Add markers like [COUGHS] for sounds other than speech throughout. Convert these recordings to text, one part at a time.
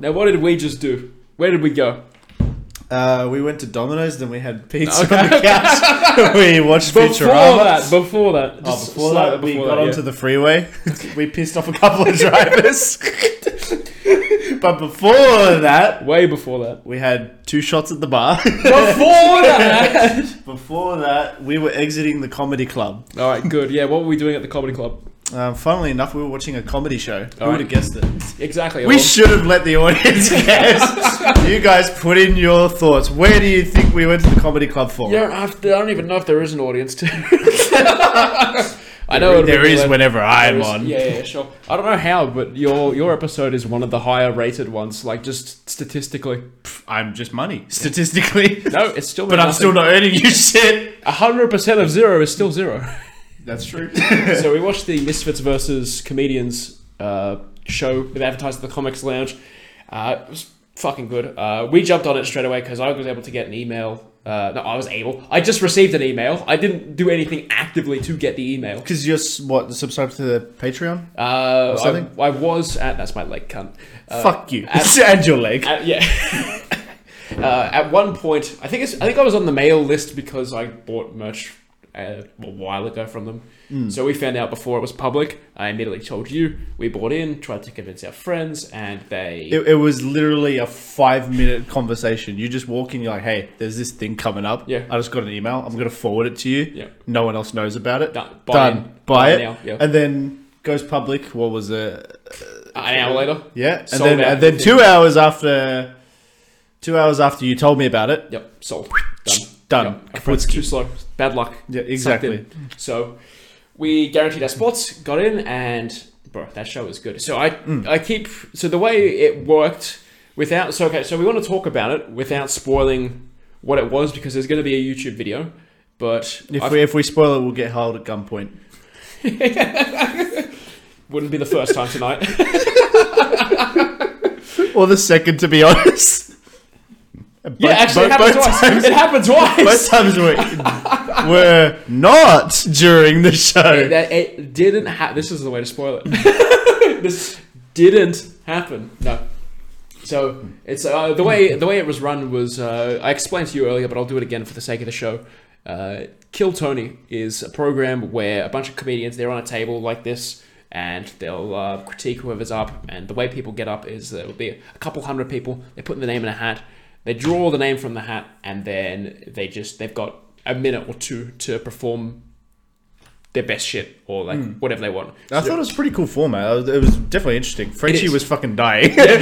Now, what did we just do? Where did we go? Uh, we went to Domino's, then we had pizza Okay. on the couch. [LAUGHS] we watched Before Futurama. that, before that, Oh, just before slightly that, we before got that, onto yeah. the freeway. [LAUGHS] we pissed off a couple of drivers. but before that, [LAUGHS] way before that. we had two shots at the bar. Before that. [LAUGHS] before that, we were exiting the comedy club. [LAUGHS] All right, good. Yeah, what were we doing at the comedy club? Um, funnily enough, we were watching a comedy show. Who Alright. would have guessed it? Exactly. We Well, should have let the [LAUGHS] audience guess. you guys put in your thoughts. Where do you think we went to the comedy club for? you don't have to, I don't even know if there is an audience to. [LAUGHS] I know it'll be there is left- whenever I'm There is- on. Yeah, yeah, sure. I don't know how, but your your episode is one of the higher rated ones, like just statistically. I'm just money [LAUGHS] statistically, No, it's still. but I'm still not earning you shit. hundred percent of zero is still zero. [LAUGHS] That's [LAUGHS] true. so we watched the Misfits versus Comedians uh, show that advertised at the Comics Lounge. Uh, it was fucking good. Uh, we jumped on it straight away because I was able to get an email. Uh, no, I was able. I just received an email. I didn't do anything actively to get the email. Because you're s- what subscribed to the Patreon? Uh, something? I, I was at. That's my leg, cunt. Uh, Fuck you at- [LAUGHS] and your leg. At, yeah. [LAUGHS] uh, at one point, I think it's, I think I was on the mail list because I bought merch uh, a while ago from them. Hmm. So we found out before it was public. I immediately told you. We bought in, tried to convince our friends, and they. It, it was literally a five minute conversation. You just walk in, you're like, hey, there's this thing coming up. Yeah. I just got an email. I'm going to forward it to you. Yeah. No one else knows about it. Done. Buy Done. in. Buy Buy it. now. Yeah. And then goes public. What was it? an hour later. Yeah. And Sold then, out and then within- two hours after. Two hours after you told me about it, Yep, sold. Done. Done. Yep. Our friends Kaputski. Too slow. Bad luck. Yeah, exactly. Sucked in. So we guaranteed our spots, got in, and bro, that show was good. So I Mm. I keep so the way it worked without so okay, so we want to talk about it without spoiling what it was because there's gonna be a YouTube video. But if I we if we spoil it, we'll get held at gunpoint. wouldn't be the first time [LAUGHS] tonight. [LAUGHS] Or the second, to be [LAUGHS] honest. yeah, actually, it happened twice. times, it happened twice. [LAUGHS] both times were, were not during the show. that it didn't happen. This is the way to spoil it. [LAUGHS] this didn't happen. No. So it's uh, the way the way it was run was uh, I explained to you earlier, but I'll do it again for the sake of the show. Uh, Kill Tony is a program where a bunch of comedians they're on a table like this, and they'll uh, critique whoever's up. And the way people get up is there will be a couple hundred people. They put the name in a hat. They draw the name from the hat, and then they just they've got a minute or two to perform their best shit or like whatever they want. I thought it was a pretty cool format. It was- It was definitely interesting. Frenchie is. was fucking dying [LAUGHS] during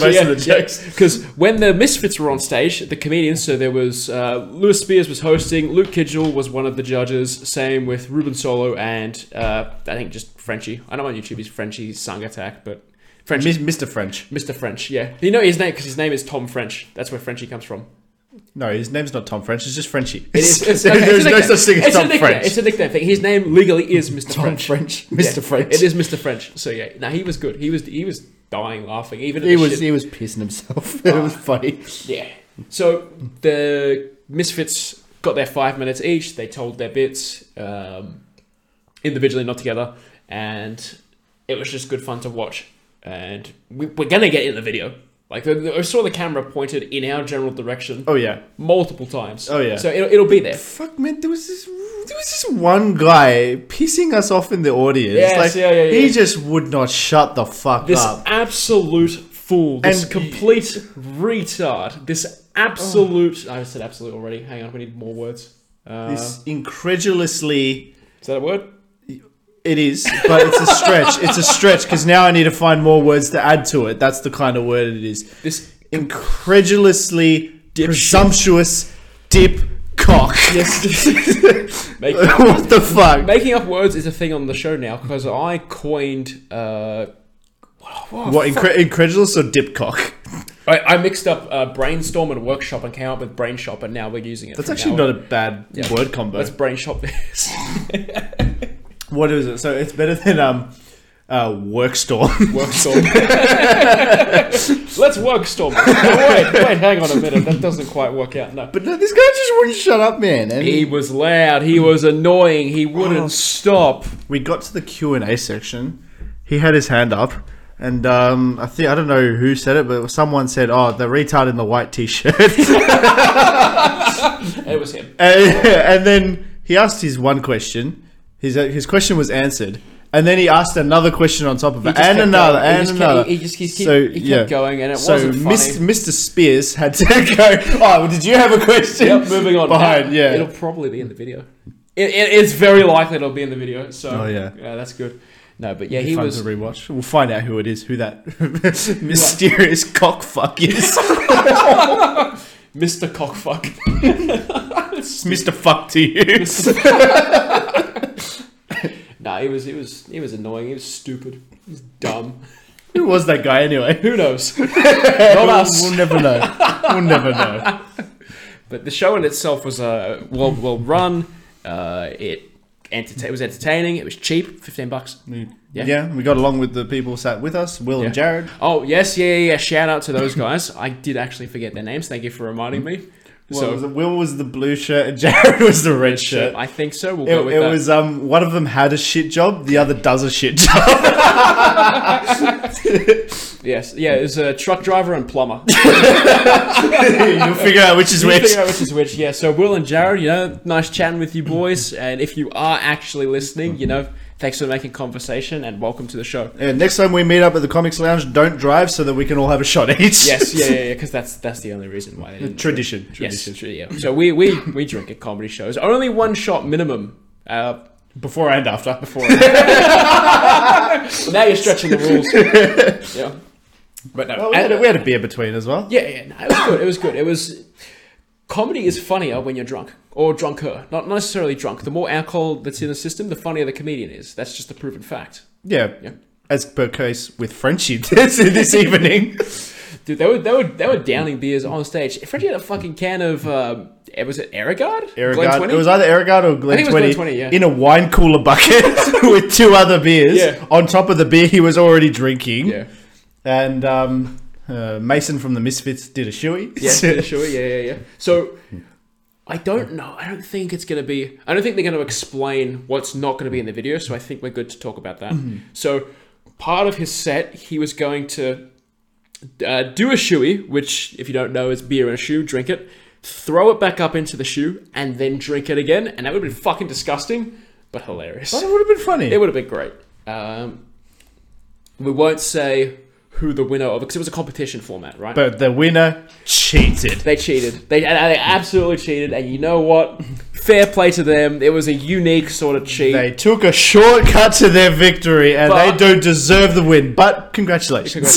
most of the jokes. Because when the Misfits were on stage, the comedians, so there was uh, Lewis Spears was hosting, Luke Kidgel was one of the judges, same with Ruben Solo and uh, I think just Frenchie. I know on YouTube he's Frenchie Sung Attack, but Frenchie. Mis- Mr. French. Mr. French, yeah. You know his name because his name is Tom French. That's where Frenchie comes from. No, his name's not Tom French. [LAUGHS] It's just Frenchie. It [LAUGHS] is, it's, There- okay, There's it's a no nickname. such thing as It's a Tom nickname, French. It's a nickname thing. His name legally is Mr. Tom French. French. Mr. Yeah, French. It is Mr. French. So yeah, no, he was good. He was he was dying laughing. Even at He the was shit- Ah. he was pissing himself. [LAUGHS] it was funny. yeah. So the Misfits got their five minutes each. They told their bits um, individually, not together, and it was just good fun to watch. And we, we're gonna get in the video. Like the, the- I saw the camera pointed in our general direction Oh yeah. multiple times. Oh, yeah. So it'll, it'll be there. Fuck man, there was this there was this one guy pissing us off in the audience. Yes, like yeah, yeah, he yeah. just would not shut the fuck This up. absolute fool. This Um, And- complete retard. This absolute. Oh. I said absolute already. Hang on, we need more words. Uh, This incredulously is that a word? It is, but it's a stretch. It's a stretch because now I need to find more words to add to it. That's the kind of word it is. This Incredulously presumptuous dip [LAUGHS] cock. yes. Make [LAUGHS] what the fuck? Making up words is a thing on the show now because I coined. Uh, what? What incre- incredulous or dip cock? I, I mixed up uh, brainstorm and workshop and came up with brain shop, and now we're using it. That's actually not a bad word combo. Let's brain shop this. [LAUGHS] what is it? So it's better than um, uh, workstorm. [LAUGHS] Workstorm. Let's workstorm. No, wait, wait, hang on a minute. That doesn't quite work out. No. but no, this guy just wouldn't shut up, man. And He was loud. He was annoying. Oh. He wouldn't stop. we got to the Q and A section. He had his hand up, And um, I think I don't know who said it, but someone said, "Oh, the retard in the white t-shirt." [LAUGHS] It was him. and, and then he asked his one question. His uh, his question was answered, and then he asked another question on top of it, just and kept another, going. He and just kept- another. he just- he kept- so he kept yeah, going, and it so wasn't funny. Mis- Mr. Spears had to [LAUGHS] go. Oh, well, did you have a question? Yep, moving on. Behind, yeah. It'll probably be in the video. It, it, it's very likely it'll be in the video. So Oh, yeah. yeah, that's good. No, but yeah, It'd be he fun was. to rewatch. We'll find out who it is, who that [LAUGHS] mysterious cockfuck [LAUGHS] is, Mr. Cockfuck. It's Mister Fuck to you. Mr. nah, he was he was he was annoying. He was stupid. He was dumb. Who was that guy [LAUGHS] anyway? Who knows? [LAUGHS] Not us. We'll never know. We'll never know. But the show in itself was uh, well well run. Uh, it entertain it was entertaining. It was cheap, fifteen bucks. We- Yeah. yeah. we got along with the people sat with us, Will Yeah. and Jared. Oh yes, yeah, yeah, yeah. Shout out to those guys. I did actually forget their names. Thank you for reminding me. Well, so it was- Will was the blue shirt and [LAUGHS] Jared was the red shirt. I think so. We'll It, go with it that. was um one of them had a shit job, the other does a shit job. yes, yeah. It was a truck driver and plumber. [LAUGHS] You'll figure out which [LAUGHS] is You [LAUGHS] which. figure out which is which. [LAUGHS] Yeah. So Will and Jared, you know, nice chatting with you boys. And if you are actually listening, you know, thanks for making conversation and welcome to the show. And next time we meet up at the Comics Lounge, don't drive so that we can all have a shot [LAUGHS] each. Yes. Yeah. Yeah. Because that's that's the only reason why they didn't. [LAUGHS] Tradition. Yes, Tradition. true, yeah. So we, we, we drink at comedy shows. Only one shot minimum. Uh, Before and after. before. now you're stretching the rules. [LAUGHS] Yeah. But no. Well, Oh, we, and- had a, we had a beer between as well. yeah, yeah. No, it was good. It was good. It was. Comedy is funnier when you're drunk or drunker. Not necessarily drunk. The more alcohol that's in the system, the funnier the comedian is. That's just a proven fact. Yeah. Yeah. As per case with Frenchie [LAUGHS] this, this evening. Dude, they were they were they were downing beers on stage. Frenchie had a fucking can of um, eh, was it Aragard? Glen Aragard. 20? It was either Aragard or Glen think it was 20, Glen 20, yeah. in a wine [LAUGHS] cooler bucket [LAUGHS] with two other beers Yeah. on top of the beer he was already drinking. yeah, And um, uh, Mason from the Misfits did a shoey. [LAUGHS] yeah, sure, yeah, yeah, yeah. So I don't know. I don't think it's gonna be. I don't think they're gonna explain what's not gonna be in the video. So I think we're good to talk about that. So part of his set, he was going to uh, do a shoey, which if you don't know is beer in a shoe. Drink it, throw it back up into the shoe, and then drink it again. And that would have been fucking disgusting, but hilarious. That would have been funny. It would have been great. Um, we won't say who the winner of because it was a competition format, right? but the winner cheated. They cheated. They and they absolutely cheated. And you know what? Fair play to them. It was a unique sort of cheat. They took a shortcut to their victory and But- they don't deserve the win. But congratulations.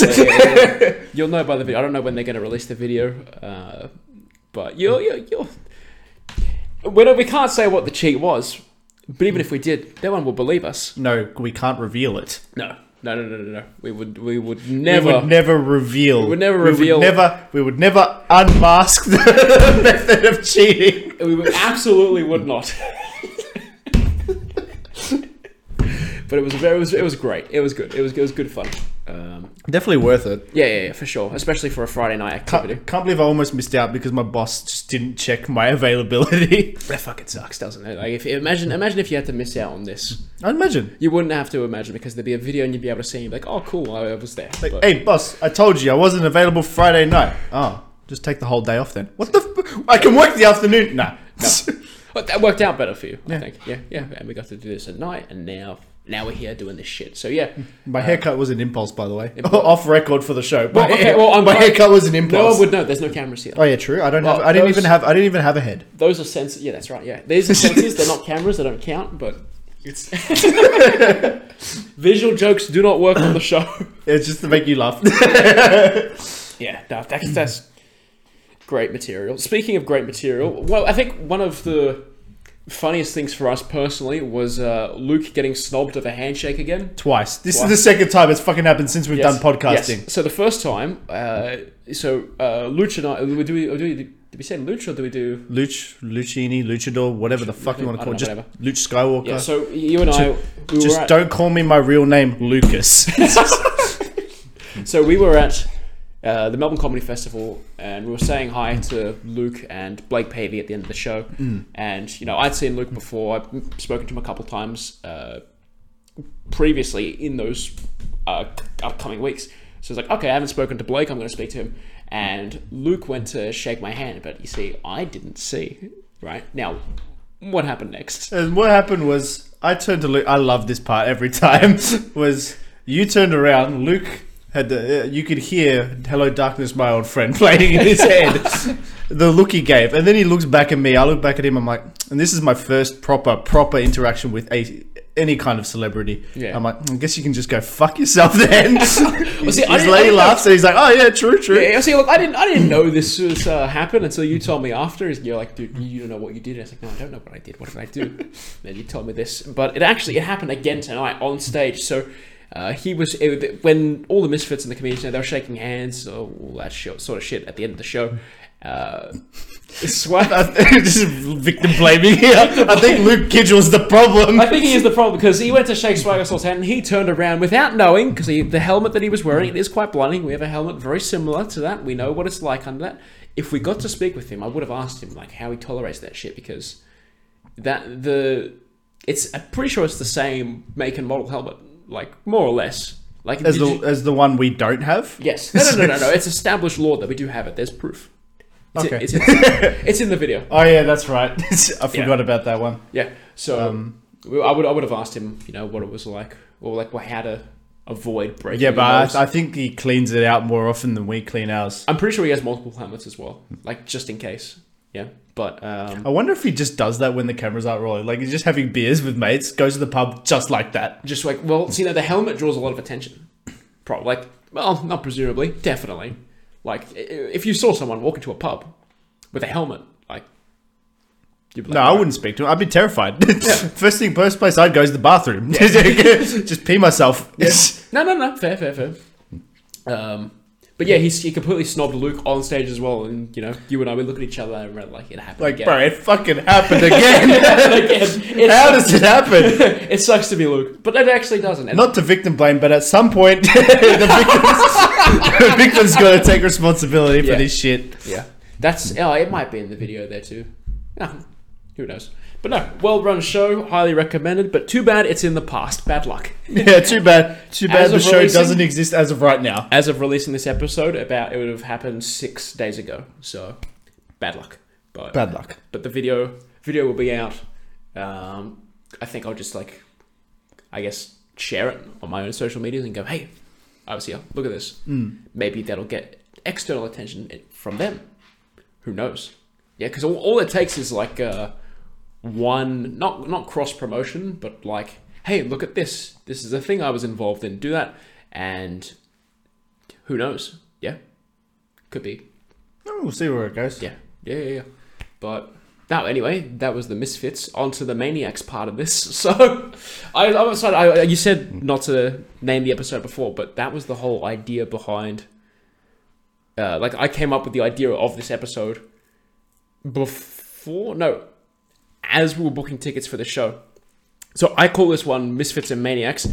[LAUGHS] Congratulations. you'll know by the video. I don't know when they're going to release the video, uh, but you'll you'll. you'll we, don't, we can't say what the cheat was, but even if we did, no one will believe us. [LAUGHS] no, we can't reveal it. No, no, no, no, no, no. We would we would We never. would never reveal. We would never reveal. never, we would never unmask the [LAUGHS] method of cheating. We would- absolutely would not. [LAUGHS] but it was very, it was, it was great. It was good. It was it was good fun. Um, Definitely worth it. yeah, yeah, yeah, for sure. Especially for a Friday night activity. Can't, can't believe I almost missed out because my boss just didn't check my [LAUGHS] availability. That fucking sucks, doesn't it? Like, if imagine imagine if you had to miss out on this, I imagine. you wouldn't have to imagine because there'd be a video and you'd be able to see. And you'd be like, oh, cool, I was there. Like, eh. But- hey, boss, I told you I wasn't available Friday night. Oh, just take the whole day off then. What the? F- I can work the afternoon. Nah. [LAUGHS] But that worked out better for you, I Yeah. think. Yeah, yeah. And we got to do this at night, and now now we're here doing this shit. So yeah, my haircut was an impulse, by the way. [LAUGHS] Off record for the show. Well, My okay, hair- well, I'm my glad- haircut was an no impulse. one would know. There's no cameras here. Oh yeah, true. I don't Well, have. I didn't those- even have. I didn't even have a head. Those are sensors. Yeah, that's right. Yeah, [LAUGHS] these are sensors. They're not cameras. They don't count. But it's [LAUGHS] visual jokes do not work on the show. It's just to make you laugh. [LAUGHS] yeah, no, that's that's great material. Speaking of great material, well, I think one of the funniest things for us personally was uh, Luke getting snobbed of a handshake again. Twice. This Twice. is the second time it's fucking happened since we've Yes, done podcasting. yes. So the first time, uh, so uh, Luch and I, do we, do we, did we say Luch or do we do Luch, Lucini, Luchador, whatever the fuck you want I to call it. Just don't know, Luch Skywalker. Yeah, so you and I, we were just at, don't call me my real name, Lucas. [LAUGHS] So we were at uh, the Melbourne Comedy Festival, and we were saying hi to Luke and Blake Pavey at the end of the show. And you know, I'd seen Luke before; I've spoken to him a couple times uh, previously in those uh, upcoming weeks. So he's like, okay, I haven't spoken to Blake. I'm going to speak to him. And Luke went to shake my hand, but you see, I didn't see. Right now, what happened next? And what happened was, I turned to Luke. I love this part every time. [LAUGHS] Was you turned around, Luke had the, uh, you could hear "Hello Darkness, My Old Friend" [LAUGHS] playing in [LAUGHS] his head. the look he gave, and then he looks back at me. I look back at him. I'm like, and this is my first proper proper interaction with a any kind of celebrity. Yeah. I'm like, "Hmm, I guess you can just go fuck [LAUGHS] yourself then. [LAUGHS] his see, I his didn't- I lady didn't know- laughs, and he's like, oh yeah, true, true. Yeah, see, look, I didn't, I didn't know this was uh, happened until you told me after. You're like, dude, you don't know what you did. And I was like, no, I don't know what I did. What did I do? then you told me this, but it actually it happened again tonight on stage. So uh, he was it, when all the misfits and the comedians you know, they were shaking hands, or all that shit, sort of shit at the end of the show. Uh, Swag, [LAUGHS] I think- This is victim [LAUGHS] blaming here. I think Luke Kidgel's the problem. I think he is the problem because he went to shake Swaggersault's hand and he turned around without knowing because the helmet that he was wearing it is quite blinding. We have a helmet very similar to that. We know what it's like under that. If we got to speak with him, I would have asked him like how he tolerates that shit because that the it's I'm pretty sure it's the same make and model helmet, like more or less. Like as did the you- as the one we don't have. yes, no, no, no, no, no. It's established law that we do have it. There's proof. It's Okay. it's, it's, it's in the video. Oh yeah, that's right. [LAUGHS] I forgot about that one. Yeah. So Um, we- I would I would have asked him, you know, what it was like, or like well, how to avoid breaking. Yeah, but I, I, I think he cleans it out more often than we clean ours. am pretty sure he has multiple helmets as well, like just in case. Yeah, but um, I wonder if he just does that when the cameras aren't rolling. Like he's just having beers with mates, goes to the pub just like that. just like well, see, you know, the helmet draws a lot of attention. Probably, like, well, not presumably, definitely. Like, i- if you saw someone walk into a pub with a helmet, like, you'd be like, No, I wouldn't speak to him. I'd be terrified. [LAUGHS] first thing, first place I'd go is the bathroom. [LAUGHS] just pee [LAUGHS] myself. No, no, no. Fair, fair, fair. Um, but yeah, he's, he completely snobbed Luke on stage as well, and you know, you and I we look at each other and we're like, it happened. [LAUGHS] Like, again. bro, it fucking happened again. [LAUGHS] Again, it, How sucks, does it [LAUGHS] happen? it sucks to be Luke, but it actually doesn't. And Not to victim blame, but at some point, [LAUGHS] the victim's, [LAUGHS] the victim's got to take responsibility for Yeah. this shit. yeah, that's oh, it might be in the video there too. Ah, who knows? But no, well run show, highly recommended. But too bad it's in the past. Bad [LAUGHS] luck. Yeah, too bad. Too bad As the of show releasing- doesn't exist as of right now. As of releasing this episode, about it would have happened six days ago. So bad luck. But Bad luck. but the video video will be out. Um, I think I'll just like, I guess, share it on my own social medias and go, hey, I was here. Look at this. Maybe that'll get external attention i- from them. Who knows? Yeah, because all, all it takes is like uh, one, not not cross promotion, but like, hey, look at this. This is a thing I was involved in. Do that, and who knows? Yeah, could be Oh, we'll see where it [LAUGHS] goes. yeah, yeah, yeah, yeah. But now, anyway, that was the misfits. Onto the maniacs part of this. [LAUGHS] So, I, I'm sorry. I, you said not to name the episode before, but that was the whole idea behind. Uh, like, I came up with the idea of this episode before. No, as we were booking tickets for the show. So I call this one misfits and maniacs.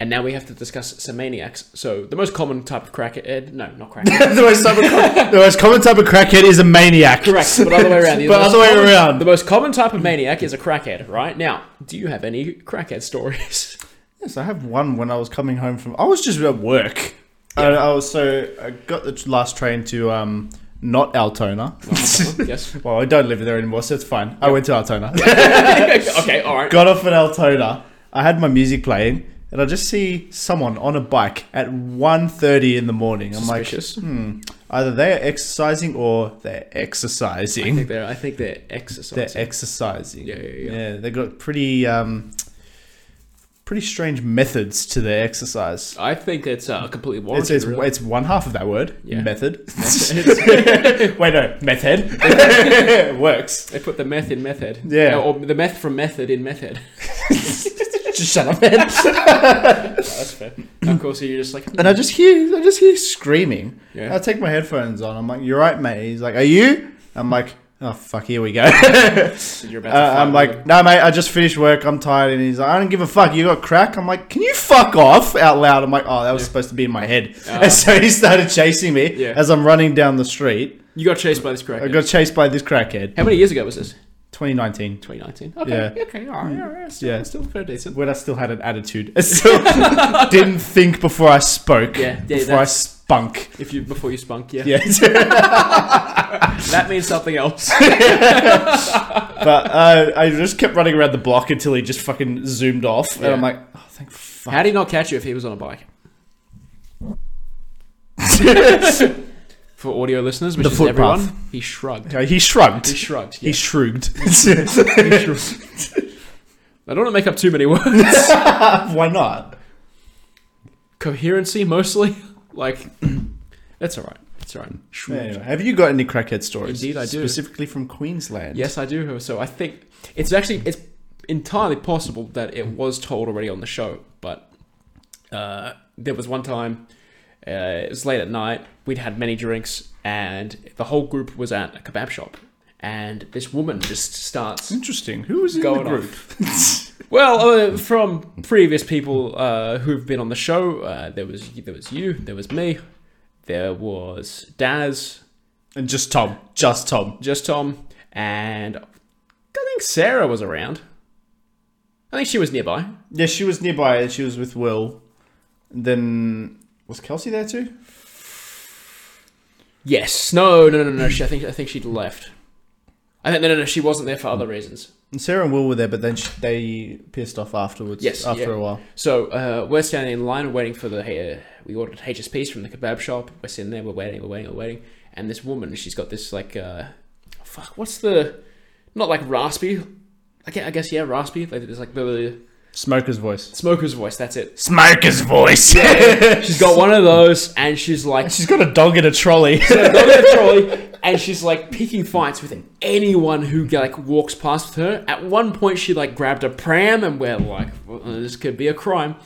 And now we have to discuss some maniacs. So the most common type of crackhead, no, not crackhead, the, most type of, the most common type of crackhead is a maniac. Correct, but other way [LAUGHS] around. The But most other way common- around. The most common type of maniac is a crackhead, right? Now, do you have any crackhead stories? Yes, I have one when I was coming home from. I was just at work. I, I was so I got the last train to um not Altona. [LAUGHS] yes. [LAUGHS] well, I don't live there anymore, so it's fine. I went to Altona. okay, all right. [LAUGHS] got off at Altona. I had my music playing, and I just see someone on a bike at 1.30 in the morning. I'm like, Suspicious. hmm, either they are exercising or they're I exercising. think they're. I think they're they're exercising. exercising. Yeah, yeah, yeah. they got pretty um, pretty strange methods to their exercise. I think it's uh, completely It's, warranted. it's, really. it's one half of that word, Yeah. [LAUGHS] method. [LAUGHS] Wait, no, method. [LAUGHS] Works. They put the meth in method. Yeah. or the meth from method in method. Just shut up, [LAUGHS] man. That's fair. Mm-hmm. of course, you're just like. [LAUGHS] And I just hear, I just hear screaming. Yeah. I take my headphones on. I'm like, "You're right, mate." He's like, "Are you?" I'm like, "Oh fuck, here we go." [LAUGHS] you're about to Uh, fight I'm like, with no, mate, I just finished work. I'm tired. And he's like, I don't give a fuck. You got crack? I'm like, can you fuck off out loud? I'm like, oh, that was Yeah. supposed to be in my head. Ah. [LAUGHS] and so he started chasing me Yeah. as I'm running down the street. them. you got chased by this I crackhead. got chased by this crackhead. How many years ago was this? 2019. 2019. Okay, okay, all right, all right, still, Yeah. still fair decent. When I still had an attitude, [LAUGHS] I still [LAUGHS] didn't think before I spoke. Yeah, yeah, before I that's- spunk. [LAUGHS] If you before you spunk, yeah, Yeah. [LAUGHS] that means something else. but uh, I just kept running around the block until he just fucking zoomed off, and Yeah. I'm like, oh, thank fuck. [LAUGHS] How did he not catch you if he was on a bike? For audio listeners, which The is footpath. everyone, he shrugged. Okay, he shrugged. He shrugged. He Yeah. shrugged. [LAUGHS] I don't want to make up too many [LAUGHS] words. Why not? Coherency mostly. Like, [CLEARS THROAT] that's all right. It's all right. Shrugged. Anyway, have you got any crackhead stories? Indeed I do. Specifically from Queensland. Yes, I do. So I think it's actually it's entirely possible that it was told already on the show, but uh, there was one time uh, it was late at night. We'd had many drinks, and the whole group was at a kebab shop, and this woman just starts. Interesting. Who was in Going the group? Well, uh, from previous people uh, who've been on the show, uh, there was there was you, there was me, there was Daz, [LAUGHS] and just Tom. Just Tom. just Tom, and I think Sarah was around. I think she was nearby. Yeah, she was nearby. and She was with Will. And then was Kelsey there too? Yes. No. No. No. No. She, I think. I think she'd left. I think. No. No. No. She wasn't there for other reasons. And Sarah and Will were there, but then sh they pissed off afterwards. Yes, after yeah. a while. So uh, we're standing in line waiting for the. Uh, we ordered HSPs from the kebab shop. We're sitting there. We're waiting. We're waiting. We're waiting. And this woman, she's got this like, uh, fuck. What's the? Not like raspy. I guess, I guess yeah, raspy. Like there's like the Smoker's voice. smoker's voice. That's it. Smoker's voice. [LAUGHS] She's got one of those, and she's like, She's got a dog in a trolley. Not [LAUGHS] in a trolley, and she's like picking fights with anyone who like walks past her. At one point, she like grabbed a pram, and we're like, well, "This could be a crime."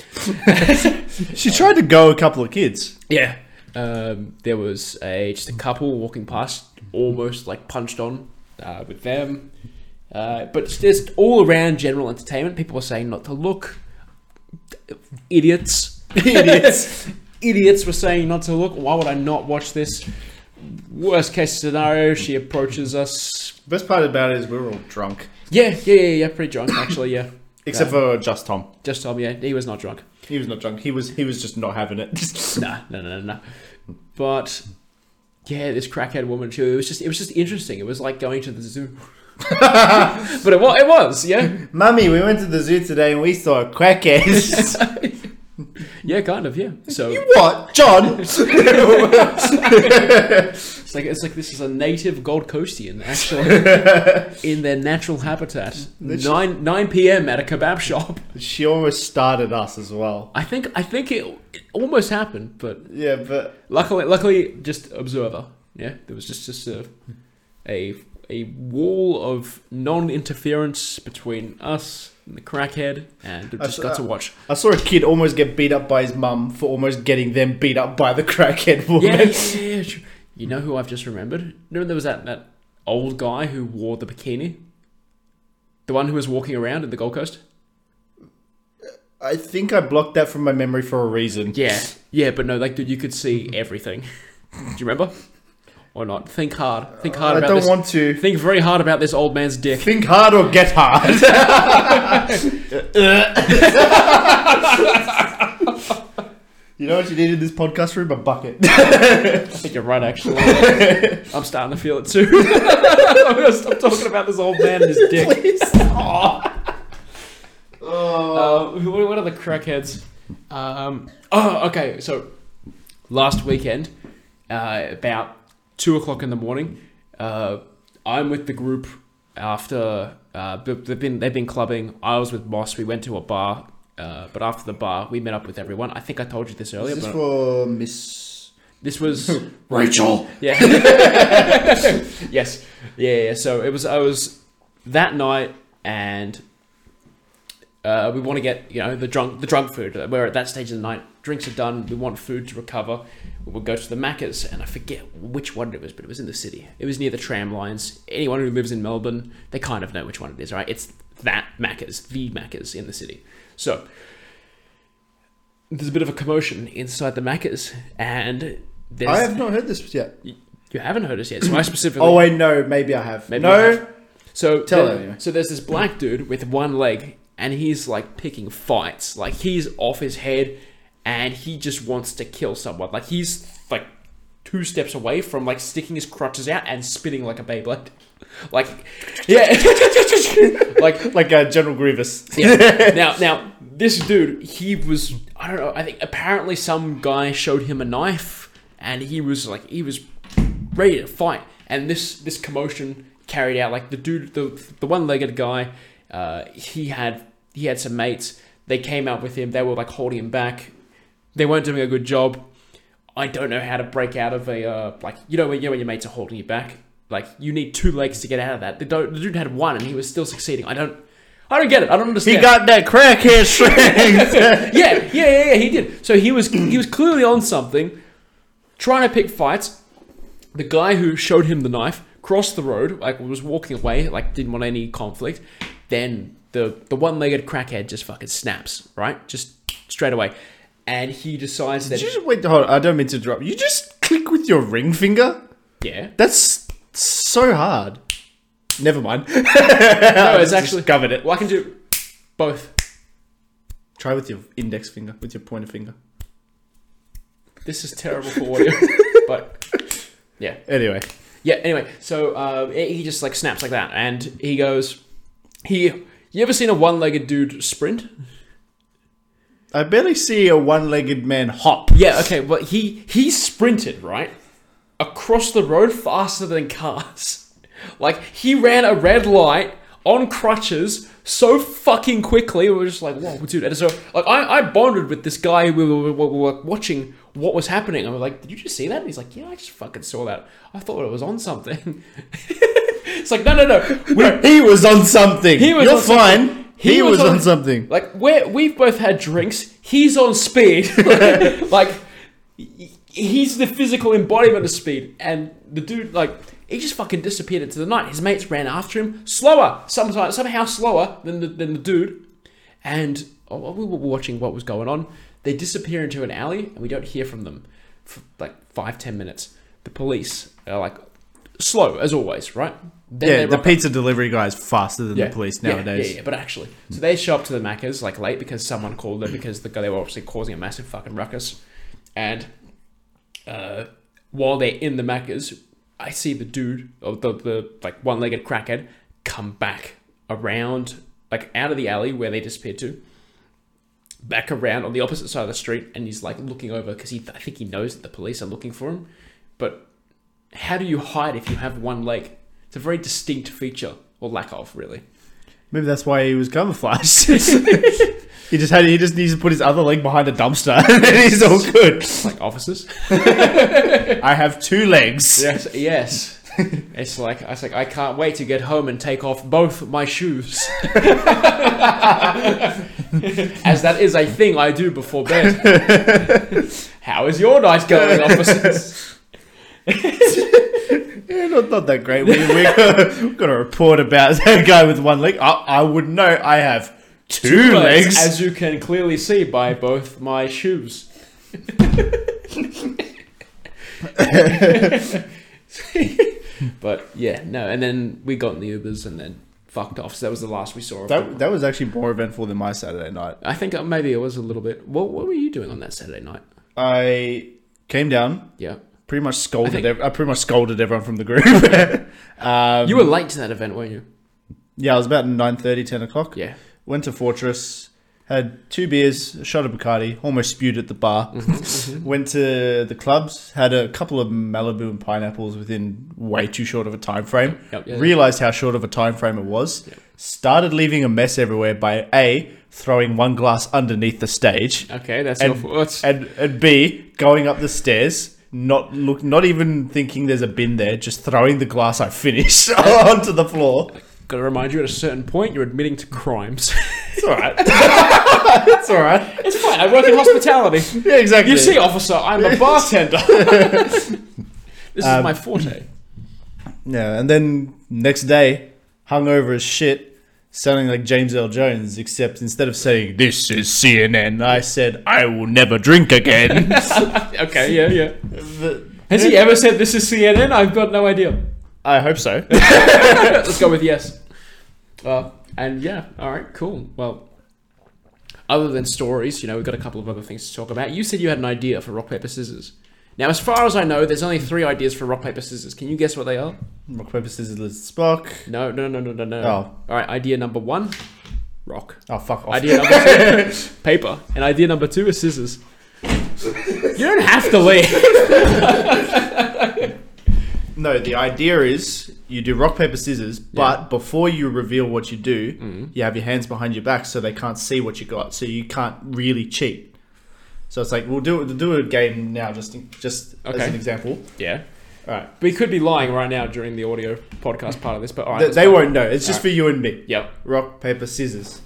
she tried to go a couple of kids. Yeah, um, there was a just a couple walking past, almost like punched on uh, with them. Uh, but it's just all around general entertainment. People were saying not to look. Idiots. [LAUGHS] Idiots. Idiots were saying not to look. Why would I not watch this? Worst case scenario, she approaches us, Best part about it is we were all drunk, Yeah, yeah, yeah, yeah. Pretty drunk, actually. Yeah. except for just Tom. Just told me yeah, he was not drunk. He was not drunk. He was he was just not having it. Nah, no, no, no, no. But yeah, this crackhead woman too. It was just, it was just interesting. It was like going to the zoo. [LAUGHS] but it was, it was, yeah, Mummy, we went to the zoo today and we saw [LAUGHS] a crackhead. yeah, kind of, yeah. So what, John? it's like it's like this is a native Gold Coastian actually in their natural habitat. Nine nine p.m. at a kebab shop. [LAUGHS] she almost started us as well. I think I think it, it almost happened, but Yeah, but Luckily, luckily, just observer. Yeah, there was just just a a, a wall of non-interference between us and the crackhead, and it just saw- got to watch. I saw a kid almost get beat up by his mum for almost getting them beat up by the crackhead woman. Yeah, yeah, yeah, yeah, sure. You know who I've just remembered? Remember there was that that old guy who wore the bikini, the one who was walking around in the Gold Coast. [LAUGHS] I think I blocked that from my memory for a reason. Yeah, yeah, but no, like dude, you could see everything. [LAUGHS] Do you remember? Or not? Think hard. Think hard I about don't this. want to. Think very hard about this old man's dick. Think hard or get [LAUGHS] hard. [LAUGHS] you know what you need in this podcast room? [LAUGHS] A bucket. I think you're right, [LAUGHS] actually. I'm starting to feel it too. [LAUGHS] I'm gonna stop talking about this old man and his dick. Please. Uh, what what are the crackheads? Um, oh, okay. So last weekend, uh, about two o'clock in the morning, uh, I'm with the group after uh, b- they've been they've been clubbing. I was with Moss. We went to a bar, uh, but after the bar, we met up with everyone. I think I told you this earlier, Is this but for Miss this was. [LAUGHS] Rachel? Yeah. yes. Yeah, yeah, yeah. So it was. I was that night, and uh, we want to get you know the drunk the drunk food. We're at that stage of the night. Drinks are done. We want food to recover. We will go to the Macca's, and I forget which one it was, but it was in the city. It was near the tram lines. Anyone who lives in Melbourne, they kind of know which one it is, right? It's that Macca's, the Macca's in the city. So there's a bit of a commotion inside the Macca's, and there's I have not heard this yet. [COUGHS] you haven't heard us yet, so I specifically. Oh, wait, Oh, no, maybe I have. Maybe no, you have. So Tell there- them, anyway. So there's this black dude with one leg, and he's like picking fights. Like he's off his head, and he just wants to kill someone. Like he's like two steps away from like sticking his crutches out and spinning like a Beyblade. [LAUGHS] Like, yeah, [LAUGHS] like Like uh, General Grievous. yeah. now, now this dude, he was I don't know. I think apparently some guy showed him a knife, and he was like he was ready to fight. And this this commotion carried out like the dude, the the one legged guy, uh, he had he had some mates. They came out with him. They were like holding him back. They weren't doing a good job. I don't know how to break out of a uh, like you know when you know when your mates are holding you back. Like you need two legs to get out of that. The, do- the dude had one and he was still succeeding. I don't, I don't get it. I don't He understand. got that crackhead strength. [LAUGHS] yeah, yeah, yeah, yeah. He did. So he was he was clearly on something, trying to pick fights. The guy who showed him the knife crossed the road, like was walking away, like didn't want any conflict. Then the the one legged crackhead just fucking snaps, right? Just straight away, and he decides that [LAUGHS] [LAUGHS] Did you just wait? Hold on, I don't mean to interrupt. You just click with your ring finger. yeah, That's so hard. Never mind. [LAUGHS] no, it's Just actually covered it. Well, I can do both. Try with your index finger, with your pointer finger. This is terrible for audio, [LAUGHS] but yeah. Anyway, Yeah. Anyway, so uh, he just like snaps like that, and he goes, he. You ever seen a one-legged dude sprint? I barely see a one-legged man hop. Yeah. Okay. Well, he he sprinted right across the road faster than cars. [LAUGHS] Like he ran a red light on crutches so fucking quickly. We were just like, whoa, dude. And so like I, I bonded with this guy. We were, we were, we were watching what was happening. I was like, did you just see that? And he's like, yeah, I just fucking saw that. I thought it was on something. [LAUGHS] it's like, no, no, no. We, He was on something. He was You're on fine. something. He, He was, was on, on- something. Like we're, we've both had drinks. He's on [LAUGHS] speed. [LAUGHS] like he- he's the physical embodiment of speed. And the dude, like he just fucking disappeared into the night. His mates ran after him, slower, sometimes somehow slower than the, than the dude. And oh, well, we were watching what was going on. They disappear into an alley, and we don't hear from them for like five ten minutes. The police are like slow as always, right? Then Yeah, they the rock up. pizza delivery guy is faster than Yeah. the police Yeah, nowadays. Yeah, yeah, but actually, so they show up to the Macca's like late because someone called them because the, they were obviously causing a massive fucking ruckus. And uh, while they're in the Macca's, I see the dude or the, the like one-legged crackhead come back around like out of the alley where they disappeared to back around on the opposite side of the street and he's like looking over because he I think he knows that the police are looking for him but how do you hide if you have one leg it's a very distinct feature or lack of really Maybe that's why he was camouflaged. [LAUGHS] he just had he just needs to put his other leg behind a dumpster [LAUGHS] and he's all good. like [LAUGHS] officers. I have two legs. Yes, yes. [LAUGHS] It's like I was like I can't wait to get home and take off both my shoes, [LAUGHS] as that is a thing I do before bed. How is your night going, officers? Yeah, not, not that great. We, we [LAUGHS] got, got a report about [LAUGHS] that guy with one leg. I, I wouldn't know. I have [LAUGHS] two, legs. as you can clearly see by both my shoes. [LAUGHS] but yeah, no. And then we got in the Ubers and then fucked off. So that was the last we saw. Of them. that, that was actually more eventful than my Saturday night. I think maybe it was a little bit. What What were you doing on that Saturday night? I came down, Yeah, pretty much scolded. think- ev- I pretty much scolded everyone from the group. [LAUGHS] um, you were late to that event, weren't you? yeah, it was about 9.30, 10 o'clock. Yeah, went to Fortress, had two beers, a shot of Bacardi, almost spewed at the bar. Mm-hmm, [LAUGHS] went to the clubs, had a couple of Malibu and pineapples within way too short of a time frame. Yep, yeah, realized how short of a time frame it was. Started leaving a mess everywhere by a throwing one glass underneath the stage, Okay, that's And- awful. That's, and and b going up the stairs. Not look, not even thinking there's a bin there. Just throwing the glass I finish [LAUGHS] onto the floor. gotta remind you, at a certain point, you're admitting to crimes. It's all right. [LAUGHS] it's all right. [LAUGHS] it's fine. I work in hospitality. Yeah, [LAUGHS] exactly. You see, officer, I'm a bartender. [LAUGHS] this is my forte. Yeah, and then next day, hungover as shit, sounding like James L. Jones, except instead of saying, This is CNN, I said, I will never [LAUGHS] drink again. Okay, yeah, yeah. The- Has he ever said this is CNN? I've got no idea. I hope so. [LAUGHS] Let's go with yes. Uh, and yeah, all right, cool. Well, other than stories, you know, we've got a couple of other things to talk about. You said you had an idea for rock paper scissors. Now, as far as I know, there's only three ideas for rock paper scissors. Can you guess what they are? Rock, paper, scissors, Liz, Spock. No, no, no, no, no, no. Oh. All right, idea number one, rock. Oh, fuck off. Idea number [LAUGHS] two, paper. And idea number two is scissors. You don't have to leave. No, the idea is you do rock, paper, scissors, but before you reveal what you do, Mm-hmm. you have your hands behind your back so they can't see what you got, so you can't really cheat. So it's like we'll do we'll do a game now, just just Okay. as an example. Yeah. All right, We could be lying right now during the audio podcast part of this, but all right. they, let's they go. won't know. It's just All for you and me. Yep. Rock, paper, scissors.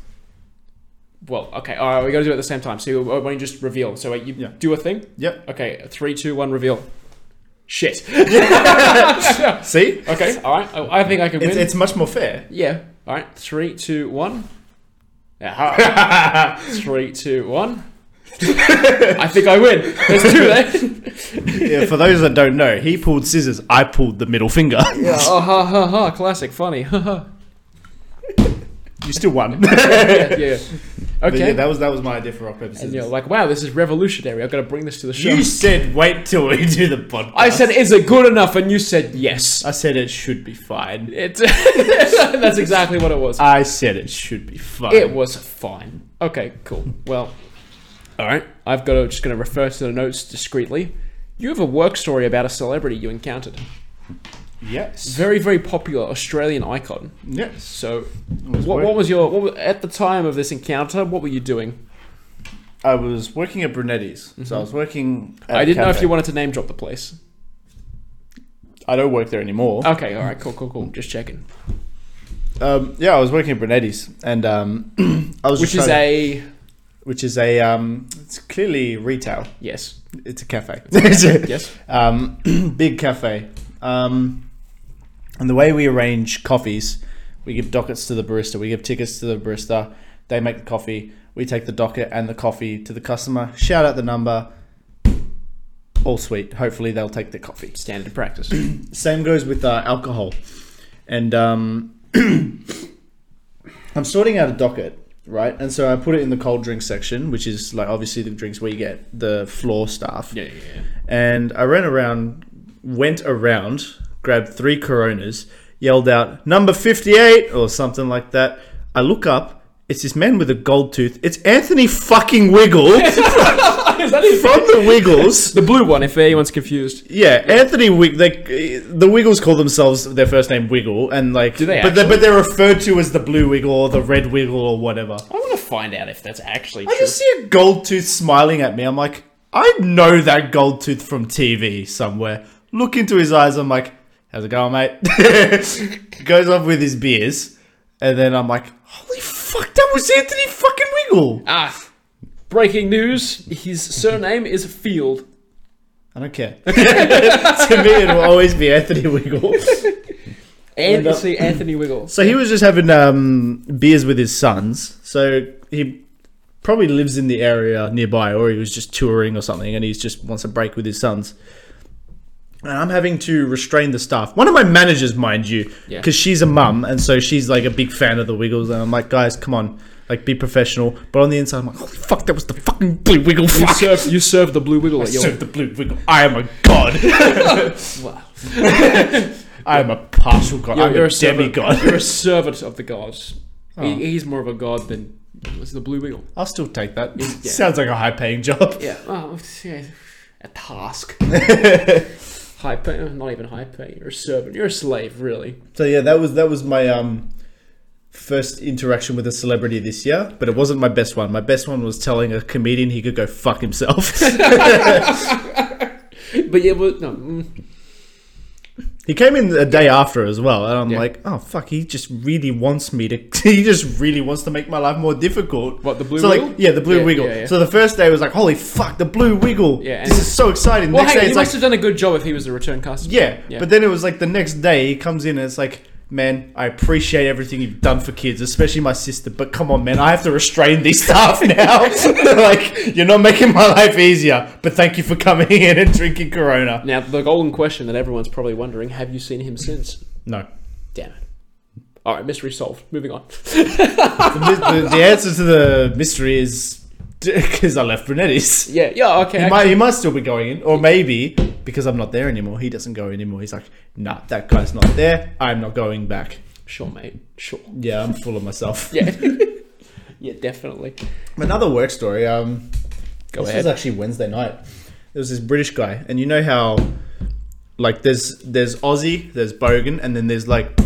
Well, okay. All right, we got to do it at the same time. So you- why don't you just reveal? So wait, you Yeah. do a thing. Yep. Okay, three, two, one, reveal. [LAUGHS] Shit. See, Okay. All right. I, I think I can win. it's, it's much more fair. yeah. All right. Three, two, one. Aha. [LAUGHS] three, two, one. I think I win. There's two there. yeah, for those that don't know, he pulled scissors. I pulled the middle finger. [LAUGHS] Oh, ha ha ha! Classic, funny. [LAUGHS] Ha ha. [LAUGHS] you still won. Yeah. yeah. But yeah, [LAUGHS] Okay. that was that was my idea for rock, paper, and you're scissors. like, wow, this is revolutionary. I've got to bring this to the show. You said wait till we do the podcast. I said, is it good enough? And you said yes. I said it should be fine. It, that's exactly what it [LAUGHS] was. I said it should be fine. It was fine. Okay, cool. Well, all right. I've got to just going to refer to the notes discreetly. You have a work story about a celebrity you encountered. yes. Very, very popular Australian icon. Yes. So, was what, work- what was your what was, at the time of this encounter? What were you doing? I was working at Brunetti's, so I was working. At Mm-hmm. I a didn't know if cafe. you wanted to name drop the place. I don't work there anymore. Okay, all right, cool, cool, cool. Just checking. Um, yeah, I was working at Brunetti's, and um, [CLEARS THROAT] I was Which is just trying a to- which is a um, it's clearly retail. yes, It's a cafe. [LAUGHS] yes. um, [CLEARS THROAT] big cafe. Um, and the way we arrange coffees, we give dockets to the barista, we give tickets to the barista, they make the coffee, we take the docket and the coffee to the customer, shout out the number, all sweet. Hopefully, they'll take the coffee. Standard [LAUGHS] practice. Same goes with uh, alcohol. And um, [CLEARS THROAT] I'm sorting out a docket, right? And so I put it in the cold drink section, which is like obviously the drinks we get, the floor staff yeah, yeah, yeah. [LAUGHS] and I ran around, went around, grabbed three Coronas, yelled out number fifty-eight or something like that. I look up. It's this man with a gold tooth. It's Anthony fucking Wiggle Is [LAUGHS] that it? [LAUGHS] from the Wiggles. The blue one, if anyone's confused. Yeah, Anthony Wig. They, the Wiggles call themselves their first name Wiggle, and like, Do they but they're, but they're referred to as the Blue Wiggle or the Red Wiggle or whatever. I want to find out if that's actually I just see a gold tooth smiling at me. I'm like, I know that gold tooth from TV somewhere. Look into his eyes. I'm like, how's it going, [LAUGHS] mate? Goes off with his beers, and then I'm like, holy fuck, that was Anthony fucking Wiggle. Ah, breaking news. His surname is Field. I don't care. [LAUGHS] to me, it will always be Anthony Wiggle. [LAUGHS] And Wiggle. see Anthony Wiggles. So he was just having um, beers with his sons. So he probably lives in the area nearby, or he was just touring or something, and he's just wants a break with his sons. And I'm having to restrain the staff. One of my managers, mind you, because Yeah. she's a mum, and so she's like a big fan of the Wiggles. And I'm like, guys, come on, like be professional. But on the inside, I'm like, holy fuck, that was the fucking blue Wiggle. You Fuck. serve, you serve the blue wiggle [LAUGHS] at your. Serve the blue Wiggle. I am a god. [LAUGHS] Wow. I am a partial god. You're- I'm you're a a servant. demigod. Oh. You're a servant of the gods. He, he's more of a god than was the blue wiggle. I'll still take that. Yeah. Sounds like a high-paying job. Yeah. Oh, yeah. A [LAUGHS] task. high pay. Not even high pay. You're a servant. You're a slave, really. So yeah, that was that was my um first interaction with a celebrity this year, but it wasn't my best one. My best one was telling a comedian he could go fuck himself. [LAUGHS] But yeah, well, no. mm, he came in a day after as well, and I'm Yeah. like, oh fuck, he just really wants me to. [LAUGHS] he just really wants to make my life more difficult. What, the blue so, wiggle? Like, yeah, the blue Yeah, wiggle. yeah, yeah. So the first day was like, holy fuck, the blue wiggle. Yeah, this and- is so exciting. Well, Next hey, day he it's like must have done a good job if he was a return customer. Yeah, Yeah. but then it was like the next day he comes in and it's like, man, I appreciate everything you've done for kids, especially my sister. But come on, man, I have to restrain these [LAUGHS] staff now. like, you're not making my life easier. But thank you for coming in and drinking Corona. Now the golden question that everyone's probably wondering: Have you seen him since? No, Damn it. All right, mystery solved. Moving [LAUGHS] on. The, mi- the, the answer to the mystery is [LAUGHS] because I left Brunetti's. Yeah, yeah, okay. He might, he might still be going in, or maybe because I'm not there anymore, he doesn't go anymore. He's like, nah, that guy's not there. I'm not going back. Sure, mate. [LAUGHS] Sure. Yeah, I'm full of myself. Yeah. [LAUGHS] yeah, definitely. Another work story. Um, Go this ahead. was actually Wednesday night. There was this British guy, and you know how, like, there's there's Aussie, there's Bogan, and then there's like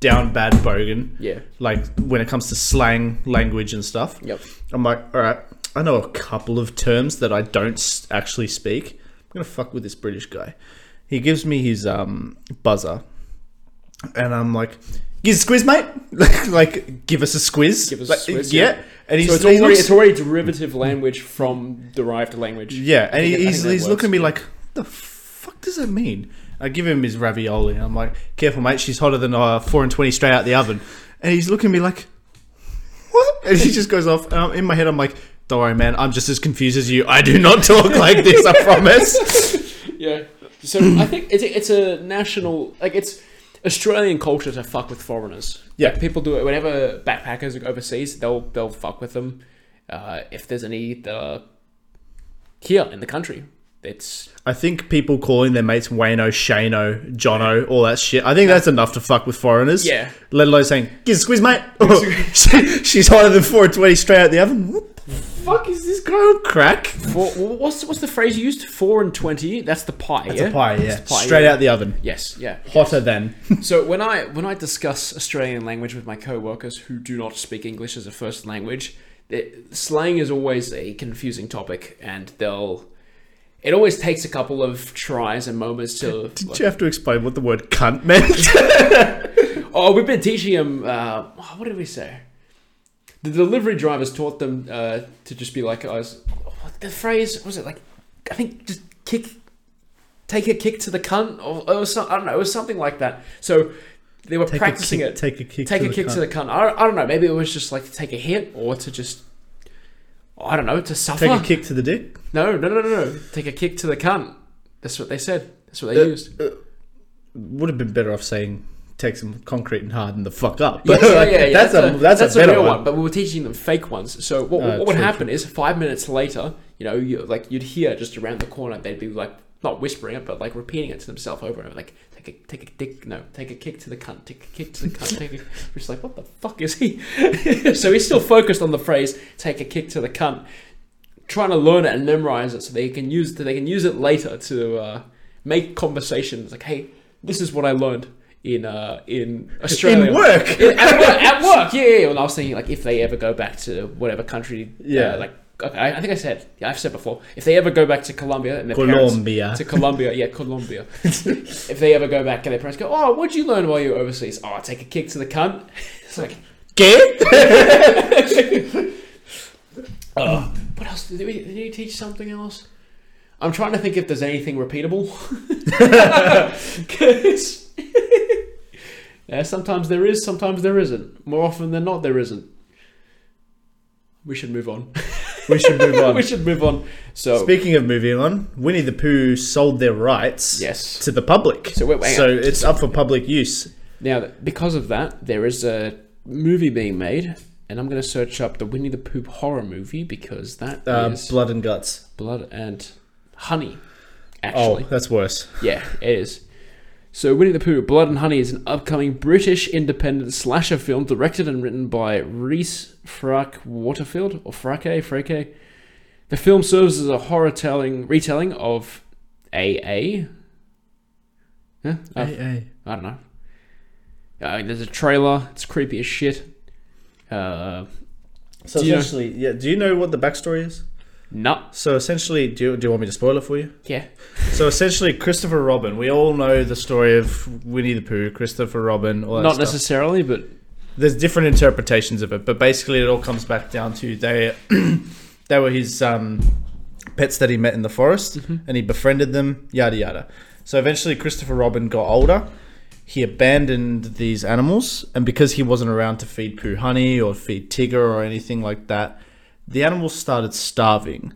down bad Bogan. yeah. Like when it comes to slang language and stuff. Yep. I'm like, all right, I know a couple of terms that I don't s- actually speak. I'm gonna fuck with this British guy. He gives me his um, buzzer, and I'm like, "Give us a squiz, mate! [LAUGHS] like, like, give us a squiz. Give us a Like, squiz, Yeah. yeah. And he's So it's he already, looks- it's already derivative language from derived language. yeah, and think- I he's, think that he's works. looking at me like, the fuck does that mean? I give him his ravioli, and I'm like, careful, mate, she's hotter than uh, 4 and 20 straight out the oven. And he's looking at me like, what? [LAUGHS] And he just goes off, and I'm, in my head, I'm like, don't worry, man, I'm just as confused as you. I do not [LAUGHS] talk like this, I promise. Yeah. So I think it's a, it's a national like it's Australian culture to fuck with foreigners. Yeah. Like, people do it whenever backpackers go overseas. They'll they'll fuck with them uh, if there's any that are here in the country. It's I think people calling their mates Wayno, Shano, Jono, all that shit, I think that's enough to fuck with foreigners. Yeah. Let alone saying, give us a squiz, mate. [LAUGHS] She- she's hotter than 4 and 20 straight out the oven. What the fuck is this guy on crack? four, what's what's the phrase you used? Four and twenty. That's the pie. That's It's a pie, yeah. It's a pie, Straight yeah. out the oven. Yes. Yeah. [LAUGHS] Hotter than. So when I when I discuss Australian language with my co-workers who do not speak English as a first language, it, slang is always a confusing topic, and they'll it always takes a couple of tries and moments to. Did you have to explain what the word cunt meant? oh, we've been teaching them. Uh, what did we say? The delivery drivers taught them uh, to just be like, I was, what the phrase what was it like? I think just kick, take a kick to the cunt, or, or some, I don't know, it was something like that. So they were practicing a kick, it. Take a kick. take to a the kick cunt. to the cunt. I, I don't know. Maybe it was just like to take a hit or to just. I don't know, to suffer. Take a kick to the dick. No, no, no, no, no. Take a kick to the cunt. That's what they said. That's what they Uh, used. Would have been better off saying take some concrete and harden the fuck up. [LAUGHS] Yeah, yeah, yeah, yeah. that's, a, that's, a better real one. But we were teaching them fake ones. So what, Uh, what would true, happen is five minutes later, you know, you, like you'd hear just around the corner, they'd be like not whispering it, but like repeating it to themselves over and over, like take a take a dick, no, take a kick to the cunt, take a kick to the cunt, take a. [LAUGHS] We're just like, what the fuck is he? [LAUGHS] so he's still focused on the phrase "take a kick to the cunt," trying to learn it and memorize it so they can use they can use it later to uh, make conversations. Like, hey, this is what I learned. In, uh, in Australia. In work. Yeah, at, [LAUGHS] work, at work, yeah, yeah. yeah. And I was thinking, like, if they ever go back to whatever country, yeah, Yeah. like, okay, I, I think I said, yeah, I've said before, if they ever go back to Colombia and their parents Colombia. to Colombia, yeah, Colombia. if they ever go back and their parents go, oh, what'd you learn while you were overseas? Oh, I take a kick to the cunt. [LAUGHS] It's like, [LAUGHS] Gay? oh, what else? Did, we, did you teach something else? I'm trying to think if there's anything repeatable. [LAUGHS] 'Cause- yeah, sometimes there is, sometimes there isn't. More often than not, there isn't. We should move on. we [LAUGHS] should move on. we should move on. So Speaking of moving on, Winnie the Pooh sold their rights yes, to the public. So wait, hang so it's up for public use. now th- because of that, there is a movie being made, and I'm going to search up the Winnie the Pooh horror movie because that is Uh, Blood and guts. blood and honey. Oh, Actually, that's worse. Yeah, it is. So, Winnie the Pooh, Blood and Honey is an upcoming British independent slasher film directed and written by Reese Frack Waterfield, or Frake, Frake. The film serves as a horror telling, retelling of AA. Huh? Of- I don't know. I mean, there's a trailer. It's creepy as shit. Uh, So Do you know- essentially, yeah. Do you know what the backstory is? no. So essentially, do you, do you want me to spoil it for you? Yeah. So essentially, Christopher Robin. We all know the story of Winnie the Pooh, Christopher Robin. All that Not stuff. necessarily, but There's different interpretations of it, but basically, it all comes back down to they [CLEARS THROAT] they were his um, pets that he met in the forest, and he befriended them. Yada yada. So eventually, Christopher Robin got older. He abandoned these animals, and because he wasn't around to feed Pooh honey or feed Tigger or anything like that, the animals started starving.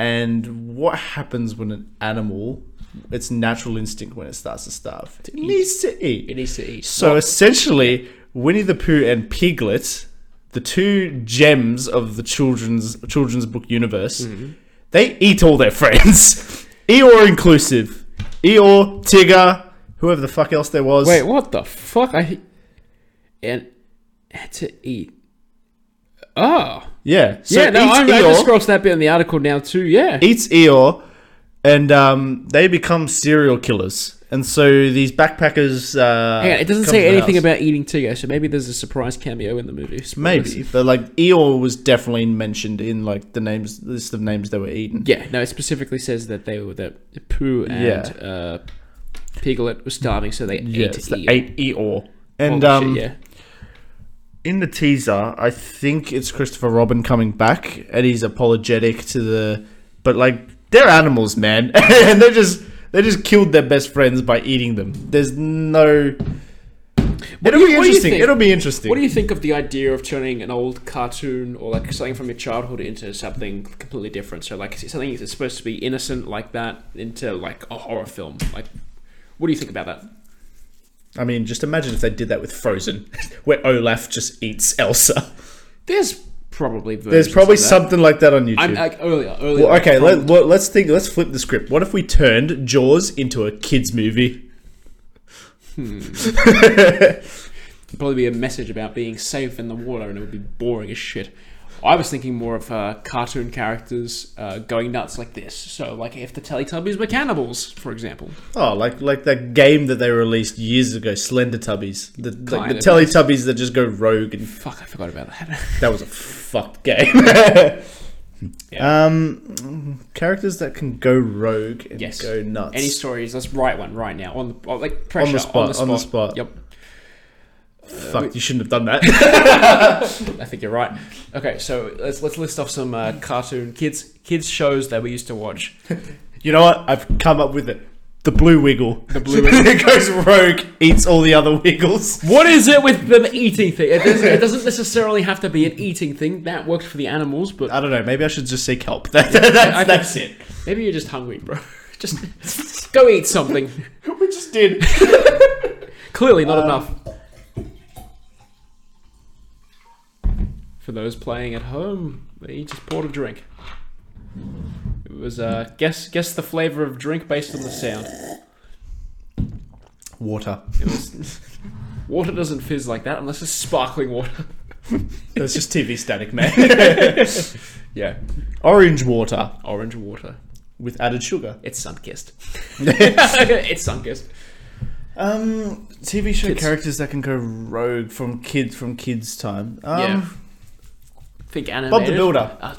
And what happens when an animal, its natural instinct when it starts to starve, it needs to eat. it needs to eat. So essentially, Winnie the Pooh and Piglet, the two gems of the children's children's book universe, Mm-hmm. they eat all their friends. [LAUGHS] Eeyore inclusive. Eeyore, Tigger, whoever the fuck else there was. Wait, what the fuck? I and had to eat. Oh, Yeah. So yeah. No, eats I, I just Eeyore- crossed that bit in the article now too. Yeah. eats Eeyore, and um, they become serial killers. And so these backpackers. Uh, Hang on, it doesn't come say to the anything house. about eating Tigger, so maybe there's a surprise cameo in the movie. Spoilers. Maybe, but like Eeyore was definitely mentioned in like the names list of names that were eaten. Yeah. No, it specifically says that they were that Pooh and Yeah. uh, Piglet were starving, so they yeah, ate it's the Eeyore. eight Eeyore. And Holy um, shit, yeah. in the teaser, I think it's Christopher Robin coming back, and he's apologetic to the, but like they're animals, man, [LAUGHS] and they just they just killed their best friends by eating them. There's no. It'll do be you- what do you interesting. think? It'll be interesting. What do you think of the idea of turning an old cartoon or like something from your childhood into something completely different? So like something that's supposed to be innocent like that into like a horror film. Like, what do you think about that? I mean, just imagine if they did that with Frozen, [LAUGHS] where Olaf just [LAUGHS] eats Elsa. There's probably versions There's probably of that. something like that on YouTube. I'm like earlier, earlier. well, okay, from- let, well, let's think. Let's flip the script. What if we turned Jaws into a kids movie? probably be a message about being safe in the water, and it would be boring as shit. I was thinking more of uh, cartoon characters uh, going nuts like this. So, like if the Teletubbies were cannibals, for example. Oh, like like that game that they released years ago, Slender Tubbies. The, like Kind the of. Teletubbies that just go rogue, and Fuck, I forgot about that. [LAUGHS] that was a fucked [LAUGHS] game. Um, characters that can go rogue and Yes. go nuts. Any stories? Let's write one right now on the oh, like pressure spot, on the spot. Yep, Fuck, you shouldn't have done that. [LAUGHS] I think you're right. Okay, so let's let's list off some uh, cartoon kids kids shows that we used to [LAUGHS] watch. you know what? I've come up with it. The Blue Wiggle. The [LAUGHS] Blue Wiggle. it goes rogue, eats all the other Wiggles. What is it with the eating thing? It doesn't, it doesn't necessarily have to be an eating thing. That worked for the animals, but I don't know. Maybe I should just seek help. [LAUGHS] That, that- that's, I think- that's it. maybe you're just hungry, bro. [LAUGHS] Just go eat something. We just did. Clearly Um, not enough. For those playing at home, they just poured a drink. It was uh, guess guess the flavor of drink based on the sound. Water. It was [LAUGHS] water doesn't fizz like that unless it's sparkling water. [LAUGHS] That's just TV static, man. [LAUGHS] Yeah, Orange water orange water. with added sugar. It's [LAUGHS] sunkissed. [LAUGHS] it's sunkissed. Um, TV show Kids. characters that can go rogue from kids from kids time. Um, Yeah. Think animated. Bob the Builder. Uh,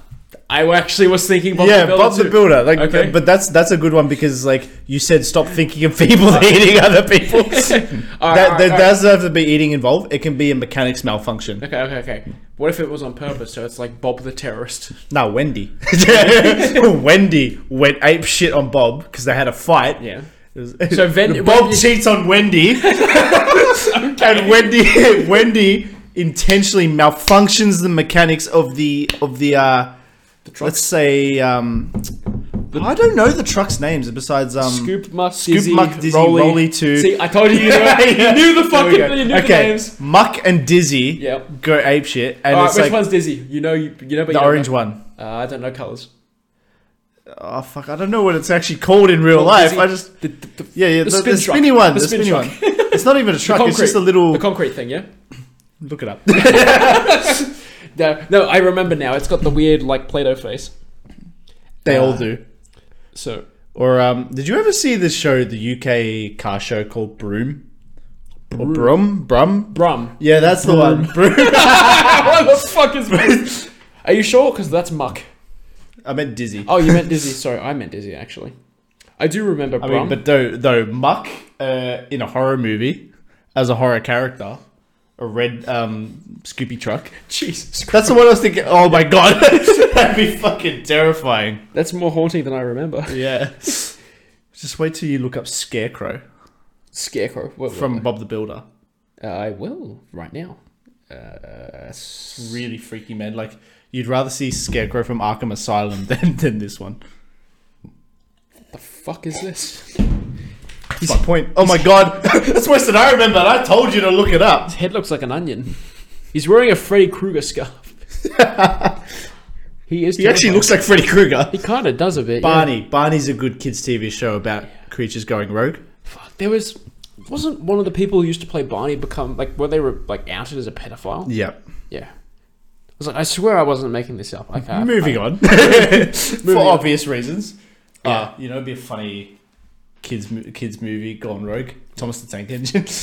I actually was thinking Bob yeah, the Builder. Bob the too. Builder. Like, Okay. but that's that's a good one because like you said, stop thinking of [LAUGHS] people eating other [LAUGHS] people. that All right, all that right, all right. does have to be eating involved. It can be a mechanics malfunction. Okay, okay, okay. What if it was on purpose? So it's like Bob the terrorist. No, [LAUGHS] Wendy. Wendy went ape shit on Bob because they had a fight. Yeah. It was- So [LAUGHS] Ven- Bob Wendy- cheats on Wendy, [LAUGHS] [LAUGHS] and Wendy [LAUGHS] Wendy intentionally malfunctions the mechanics of the of the uh, The truck let's say um, I don't know the truck's names besides um. Scoop Muck Scoop, Dizzy, Muck, Dizzy, Rolly to- See, I told you you knew, it. [LAUGHS] you Yeah. knew the There fucking we go. you knew okay. the names. Muck and Dizzy Yep. go ape shit, and All right, it's which like one's Dizzy? You know, you, you know, but the you orange Know. one. Uh, I don't know colors. Oh fuck! I don't know what it's actually called in real Well, life. Dizzy- I just The, the, the, yeah yeah The the, spin the truck. spinny one The the, spin spinny one. It's not even a truck. It's just a concrete. [LAUGHS] little. the concrete thing, yeah. Look it up. No, no, I remember now. It's got the weird like Play-Doh face. They all Uh, do. So Or um, did you ever see this show, the UK car show called Broom? Or Brum? Brum? Brum. Yeah, that's the one. Broom. [LAUGHS] what the fuck is this? Are you sure? Because that's Muck. [LAUGHS] I meant Dizzy. Oh, you meant Dizzy. Sorry, I meant Dizzy actually. I do remember I Brum. mean, but though, though Muck uh, in a horror movie as a horror character, a red um, Scoopy truck. [LAUGHS] Jesus, Christ. That's the one I was thinking. Oh my god, [LAUGHS] that'd be fucking terrifying. that's more haunting than I remember. Yeah. [LAUGHS] Just wait till you look up Scarecrow Scarecrow. What, what- from Bob the Builder. I will right now. Uh, s- Really freaky, man. Like you'd rather see Scarecrow from Arkham [LAUGHS] Asylum than than this one. the fuck is this? That's my point. Oh my god, [LAUGHS] that's worse than I remember. I told you to look it up. His head looks like an onion. He's wearing a Freddy Krueger scarf. [LAUGHS] he is. He actually terrifying. looks like Freddy Krueger. He kind of does a bit. yeah. [LAUGHS] Barney. Barney's a good kids' TV show about creatures going rogue. Fuck, There was wasn't one of the people who used to play Barney become like where they were like outed as a pedophile. Yep. Yeah. I was like, I swear I wasn't making this up. I can't. Moving on. Uh, [LAUGHS] For on. obvious reasons. Yeah. Uh, you know, it'd be a funny kids mo- kids movie gone rogue. Thomas the Tank Engine. [LAUGHS]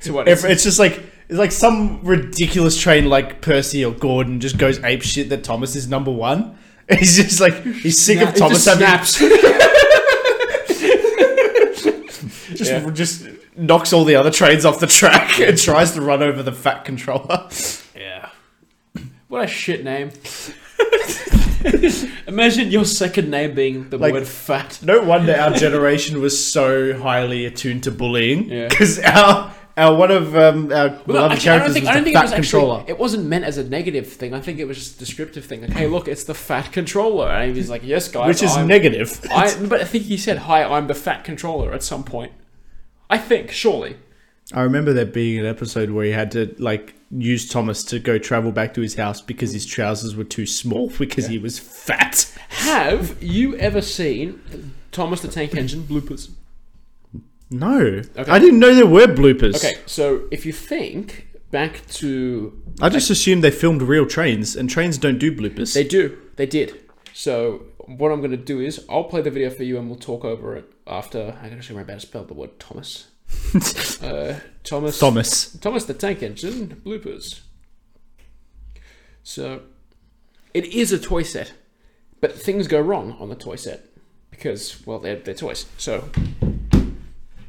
So what? Every- it's just like it's like some ridiculous train like Percy or Gordon just goes ape shit that Thomas is number one. [LAUGHS] He's just like he's sick of Thomas just having snaps. [LAUGHS] just Yeah. just knocks all the other trains off the track [LAUGHS] and tries to run over the fat controller. [LAUGHS] yeah. What a shit name. [LAUGHS] Imagine your second name being the Like- word fat. No wonder our generation was so highly attuned to bullying Yeah. because our our one of um, our beloved actually, characters was the fat controller. Actually, it wasn't meant as a negative thing. I think it was just a descriptive thing. Like, hey, look, it's the fat controller, and he's like, yes, guys, which is I'm- negative. I, but I think he said, "Hi, I'm the fat controller." At some point, I think surely. I remember there being an episode where he had to like use Thomas to go travel back to his house because his trousers were too small [LAUGHS] because he was fat. Have you ever seen Thomas the Tank Engine bloopers? No, Okay. I didn't know there were bloopers. Okay, so if you think back to, I just assumed they filmed real trains, and trains don't do bloopers. they do, they did. So what I'm going to do is I'll play the video for you, and we'll talk over it after. I actually remember how to spell the word [LAUGHS] Thomas. uh, Thomas. Thomas, Thomas the Tank Engine bloopers. So, it is a toy set, but things go wrong on the toy set because, well, they're, they're toys. So,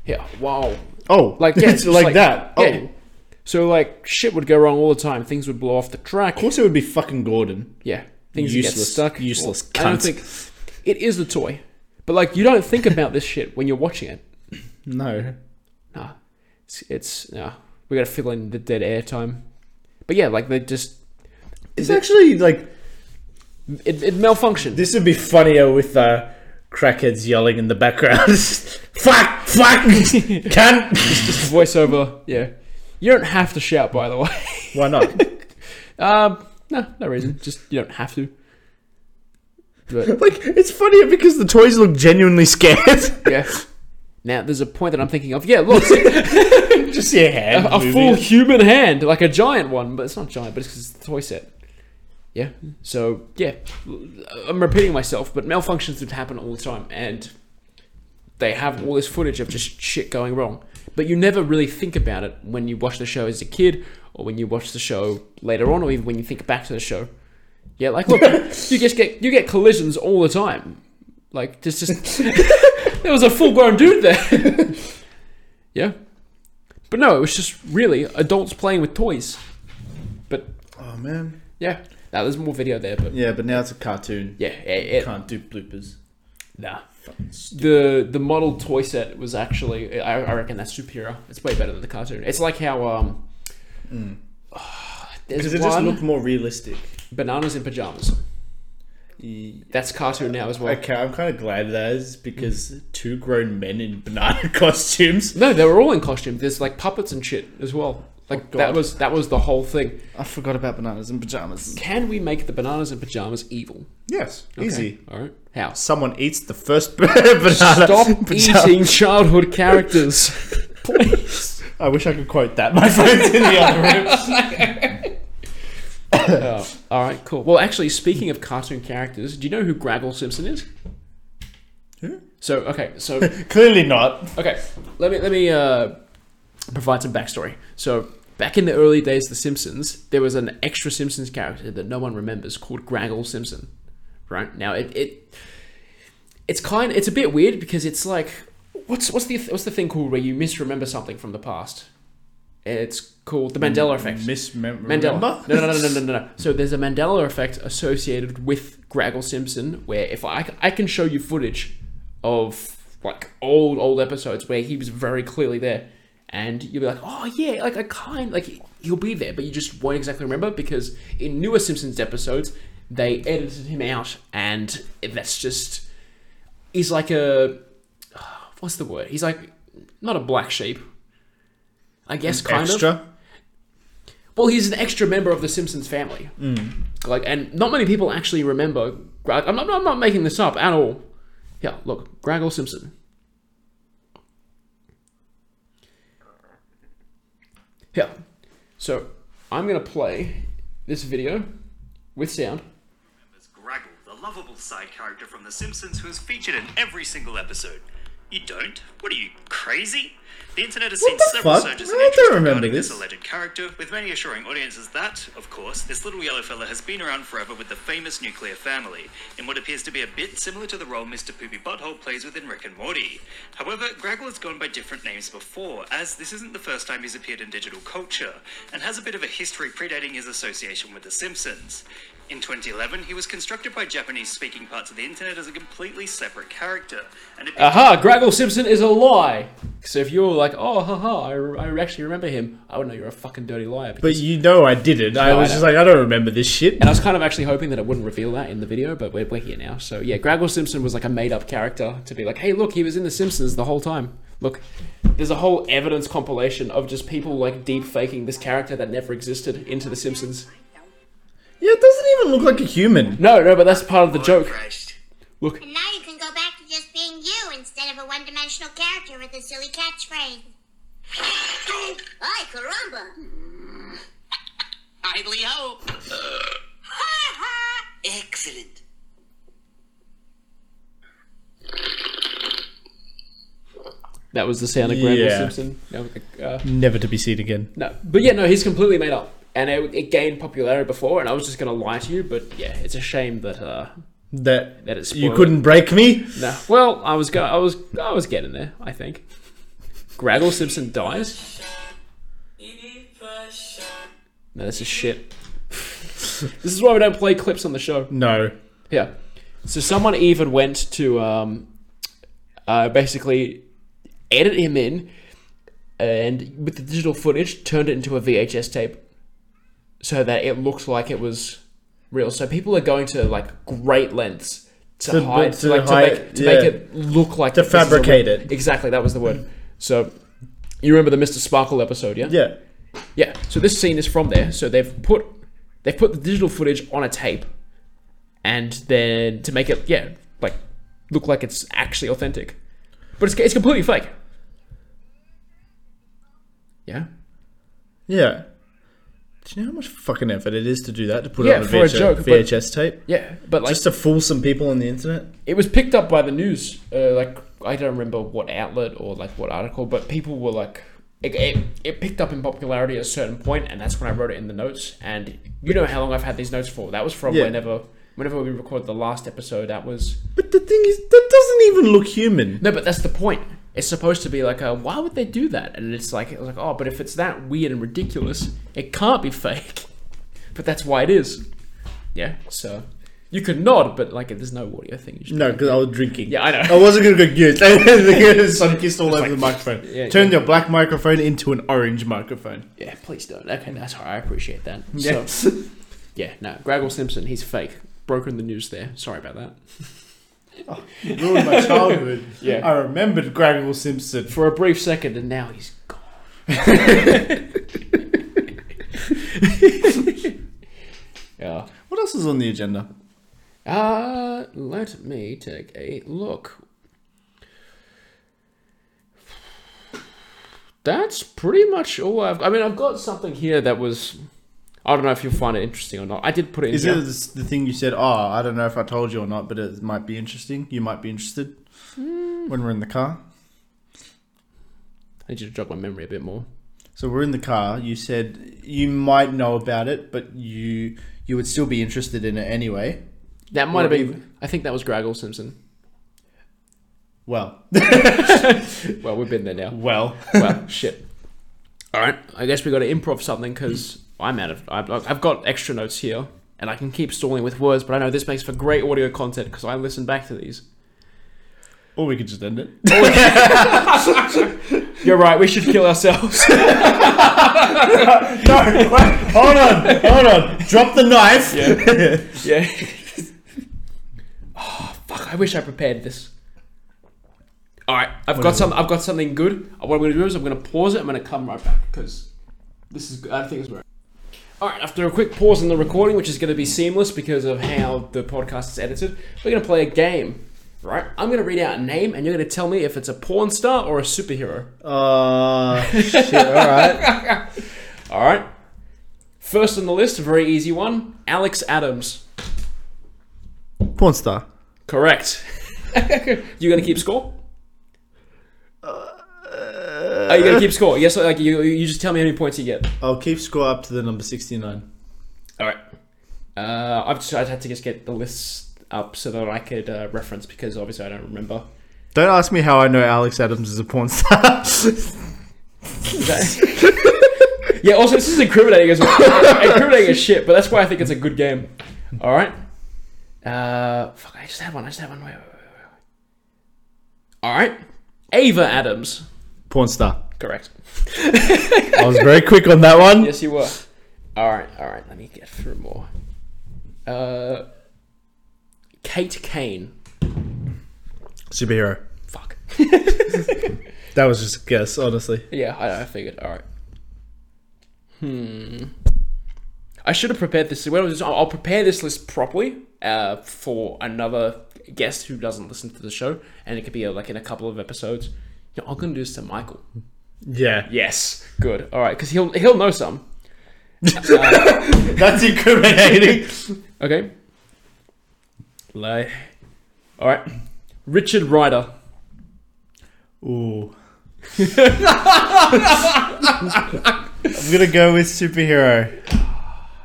yeah, wow, oh, [LAUGHS] like yeah, it's just like, that. Oh, yeah. So like shit would go wrong all the time. Things would blow off the track. of course it would be fucking Gordon. Yeah, things would get Useless- stuck. useless I don't cunt. think it is a toy, but like you don't think about this shit when you're watching it. No, Nah, it's, it's nah. We gotta fill in the dead air time. But yeah, like they just it's actually like It, it malfunctioned. This would be funnier with uh, crackheads yelling in the background. [LAUGHS] fuck, [LAUGHS] fuck, cunt. Voiceover, yeah. You don't have to shout, by the way. [LAUGHS] Why not? Um, no, no reason. Just you don't have to. But [LAUGHS] Like it's funnier because the toys look genuinely scared. [LAUGHS] yeah. Now there's a point that I'm thinking of. Yeah, look, see, Just your hand. a full human hand, like a giant one, but it's not giant, but it's 'cause it's a toy set. Yeah. So yeah, I'm repeating myself, but malfunctions would happen all the time, and they have all this footage of just shit going wrong. But you never really think about it when you watch the show as a kid, or when you watch the show later on, or even when you think back to the show. Yeah, like look, you just get you get collisions all the time. Like just just [LAUGHS] there was a full grown dude there. [LAUGHS] yeah, but no, it was just really adults playing with toys. But Oh man. yeah, now there's more video there, but Yeah, but now it's a cartoon. yeah, it, it, Can't do bloopers. nah. The the model toy set was actually I, I reckon that's superior. It's way better than the cartoon. It's like how um there's Because Hmm. it one just looked more realistic. bananas in pajamas. That's cartoon now as well. Okay, I'm kind of glad that is because two grown men in banana [LAUGHS] costumes. No, they were all in costume. There's like puppets and shit as well. Like Oh, God. that was that was the whole thing. I forgot about bananas in pajamas. Can we make the bananas in pajamas evil? Yes, Okay. easy. All right. How? Someone eats the first [LAUGHS] banana. [LAUGHS] in Stop pajamas. [LAUGHS] eating childhood [LAUGHS] characters, please. I wish I could quote that. My [LAUGHS] friend's in the other room. Oh, all right, cool. Well, actually, speaking of cartoon characters, do you know who Graggle Simpson is? Who? So okay, so Clearly not. Okay, let me let me uh, provide some backstory. So back in the early days of The Simpsons, there was an extra Simpsons character that no one remembers called Graggle Simpson. Right now, it, it it's kind it's a bit weird because it's like what's what's the what's the thing called where you misremember something from the past? It's called the Mandela effect. Miss Mem- Mandela. No, no, no, no, no, no, no. So there's a Mandela effect associated with Graggle Simpson, where if I, I can show you footage of like old old episodes where he was very clearly there, and you'll be like, oh yeah, like I kind like he'll be there, but you just won't exactly remember because in newer Simpsons episodes they edited him out, and that's just he's like a what's the word? He's like not a black sheep. I guess kind of. Extra. Well, he's an extra member of the Simpsons family. Like, and not many people actually remember. Greg, I'm, not, I'm not making this up at all. Yeah, look, Graggle Simpson. Yeah, so I'm gonna play this video with sound. as Graggle, the lovable side character from The Simpsons who is featured in every single episode. You don't? What are you, crazy? The internet has seen the several fuck? surges I in don't interest remember regarding this. this. alleged character, with many assuring audiences that, of course, this little yellow fella has been around forever with the famous nuclear family, in what appears to be a bit similar to the role Mr. Poopy Butthole plays within Rick and Morty. However, Graggle has gone by different names before, as this isn't the first time he's appeared in digital culture, and has a bit of a history predating his association with The Simpsons. In 2011, he was constructed by Japanese speaking parts of the internet as a completely separate character, and it Aha, Graggle Simpson is a lie. So if you're like, oh, haha, I, re- I actually remember him, I would know you're a fucking dirty liar. But you know I didn't. I No, I was just like, I don't remember this shit. And I was kind of actually hoping that it wouldn't reveal that in the video, but we're, we're here now. So yeah, Graggle Simpson was like a made up character to be like, hey, look, he was in The Simpsons the whole time. Look, there's a whole evidence compilation of just people like deep faking this character that never existed into The Simpsons. Yeah, it doesn't even look like a human. No, no, but that's part of the joke. crashed. Look, And now you can go back to just being you instead of a one dimensional character with a silly catchphrase. Ay, caramba! Idly hope. Excellent. that was the sound of Graggle Yeah. Simpson. No, uh, Never to be seen again. no, but yeah, no, he's completely made up, and it, it gained popularity before. And I was just gonna lie to you, but yeah, it's a shame that uh, That, That is you spoiled. couldn't break me. No. Well, I was go- I was I was getting there, I think. Graggle Simpson dies. No, this is shit. [LAUGHS] this is why we don't play clips on the show. No. Yeah. So someone even went to um, uh, basically edit him in, and with the digital footage, turned it into a VHS tape, so that it looked like it was real. So people are going to like great lengths to, To- hide, to like hide- to make to yeah. make it look like To this is a real- fabricate it. Exactly, that was the word. So. You remember the Mr. Sparkle episode, yeah? Yeah. Yeah. So this scene is from there. So they've put they've put the digital footage on a tape, and then to make it yeah like look like it's actually authentic, but it's it's completely fake. Yeah. Yeah. Do you know how much fucking effort it is to do that? To put Yeah, it on a, for a VHS, joke, but- VHS tape? Yeah, but like Just to fool some people on the internet? it was picked up by the news. Uh, like I don't remember what outlet or like what article, but people were like, it, it, it picked up in popularity at a certain point, and that's when I wrote it in the notes. And you know how long I've had these notes for? That was from Yeah. whenever whenever we recorded the last episode. That was But the thing is, that doesn't even look human. No, but that's the point. It's supposed to be like, uh, why would they do that? And it's like, it was like, oh, but if it's that weird and ridiculous, it can't be [LAUGHS] fake. But that's why it is. Yeah. So you could nod, but like, there's no audio thing. You should No, because I was drinking. Yeah, I know. I wasn't going to go mute. [LAUGHS] The sun kissed all over the microphone. yeah, Turn your black microphone into an orange [LAUGHS] microphone. Yeah. Please don't. Okay, that's all right. I appreciate that. Yeah. So, yeah. No, Graggle Simpson, he's fake. Broken the news there. Sorry about that. Ruined my childhood. [LAUGHS] Yeah. I remembered Graggle Simpson. For a brief second, and now he's [LAUGHS] gone. [LAUGHS] yeah. What else is on the agenda? Uh, let me take a look. That's pretty much all I've. I mean, I've got something here that was. I don't know if you'll find it interesting or not. I did put it in. Is here. it this- the thing you said? Oh, I don't know if I told you or not, but it might be interesting. You might be interested Mm. when we're in the car. I need you to jog my memory a bit more. So we're in the car. You said you might know about it, but you you would still be interested in it anyway. That might Or have been. even- I think that was Graggle Simpson. Well, [LAUGHS] Well, we've been there now. well, well, shit. All right. I guess we got to improv something because I'm out of. I've, I've got extra notes here, and I can keep stalling with words. But I know this makes for great audio content because I listen back to these. or we could just end it. You're right. We should kill ourselves. [LAUGHS] [LAUGHS] No, wait, hold on, hold on. Drop the knife. [LAUGHS] yeah. Ah, oh fuck! I wish I prepared this. All right, I've got some. I've got something good. What I'm going to do is I'm going to pause it. I'm going to come right back because this is. I think it's where. All right, after a quick pause in the recording, which is going to be seamless because of how the podcast is edited, we're going to play a game. Right, I'm going to read out a name, and you're going to tell me if it's a porn star or a superhero. Uh, shit, alright. All right. First on the list, a very easy one. Alex Adams. Porn star. Correct. you gonna keep score? Are you gonna keep score? Yes. Like you, you just tell me how many points you get. I'll keep score up to the number 69. All right. Uh, I've just I had to just get the lists up so that I could uh, reference because obviously I don't remember. Don't ask me how I know Alex Adams is a porn star. That- [LAUGHS] yeah. Also, this is incriminating as well. [LAUGHS] incriminating as shit, but that's why I think it's a good game. All right. Uh, fuck. I just had one. I just had one. Wait, wait, wait, wait. wait. All right. Ava Adams. [LAUGHS] porn star. Correct. I was very quick on that one. Yes, you were. All right, all right. Let me get through more. Uh, Kate Kane. Superhero. Fuck. [LAUGHS] That was just a guess, honestly. yeah, I, I figured. All right. Hmm. I should have prepared this. Well, I'll I'll prepare this list properly uh, for another guest who doesn't listen to the show, and it could be uh, like in a couple of episodes. You know, I'm gonna do this to Michael. Yeah. Yes. Good. All right, because he'll he'll know some. That's incriminating. Okay. Lay. All right. Richard Ryder. [LAUGHS] Ooh. I'm gonna go with superhero.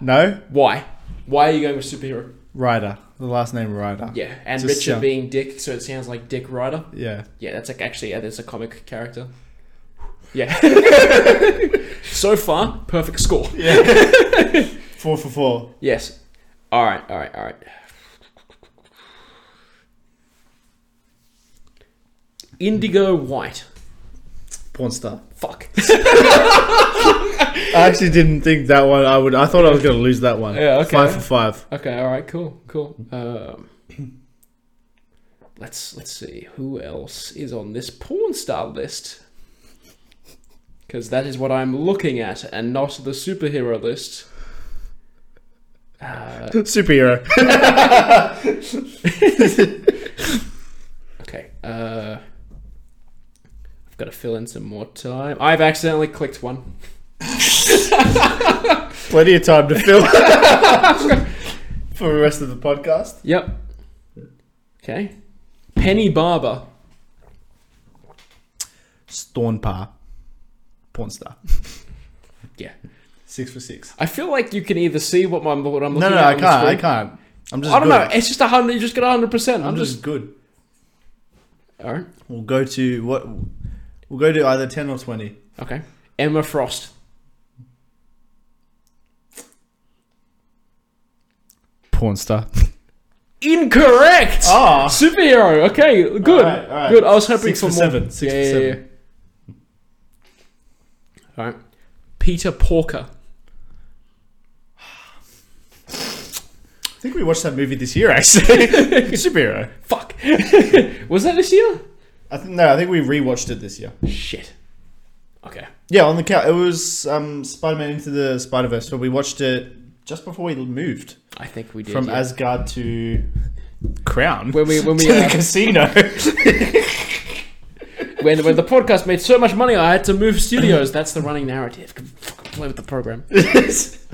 No? Why? Why are you going with superhero? Ryder. The last name Ryder. Yeah, and Just, Richard yeah. being Dick, so it sounds like Dick Ryder. Yeah. Yeah, that's like actually yeah, that's a comic character. Yeah. [LAUGHS] so far, perfect score. Four for four. Yes. All right. All right. All right. Indigo White. Porn star. Fuck. I actually didn't think that one I would I thought I was gonna lose that one. Yeah, okay. Five for five. Okay. All right. Cool. Cool. Um, Mm-hmm. let's let's see who else is on this porn star list. Because that is what I'm looking at, and not the superhero list. Superhero. Okay. Uh, I've got to fill in some more time. I've accidentally clicked one. Plenty of time to [LAUGHS] fill for the rest of the podcast. Yep. Okay. Penny Barber. Stornpar. Porn star. Yeah. Six for six. I feel like you can either see what, my, what I'm looking at. No, no, I on the can't. I screen. can't. I'm just I don't good. know. It's just a hundred. You just get a hundred percent. I'm I'm just. just good. All right. We'll go to what? We'll go to either ten or twenty. Okay. Emma Frost. Porn star. Incorrect. [LAUGHS] Ah. Superhero. Okay, good, All right, all right. good. I was hoping Six for, for more. seven, six for seven. yeah. All right, Peter Porker. I think we watched that movie this year, actually. [LAUGHS] Superhero. Fuck. [LAUGHS] was that this year? I think no. I think we rewatched it this year. Shit. Okay. Yeah, on the couch. It was um, Spider-Man into the Spider-Verse, but we watched it just before we moved I think we did. from yeah. Asgard to Crown. When we- when we, [LAUGHS] to the uh, casino. when when the podcast made so much money, I had to move studios. That's the running narrative. Fucking play with the [LAUGHS] program. All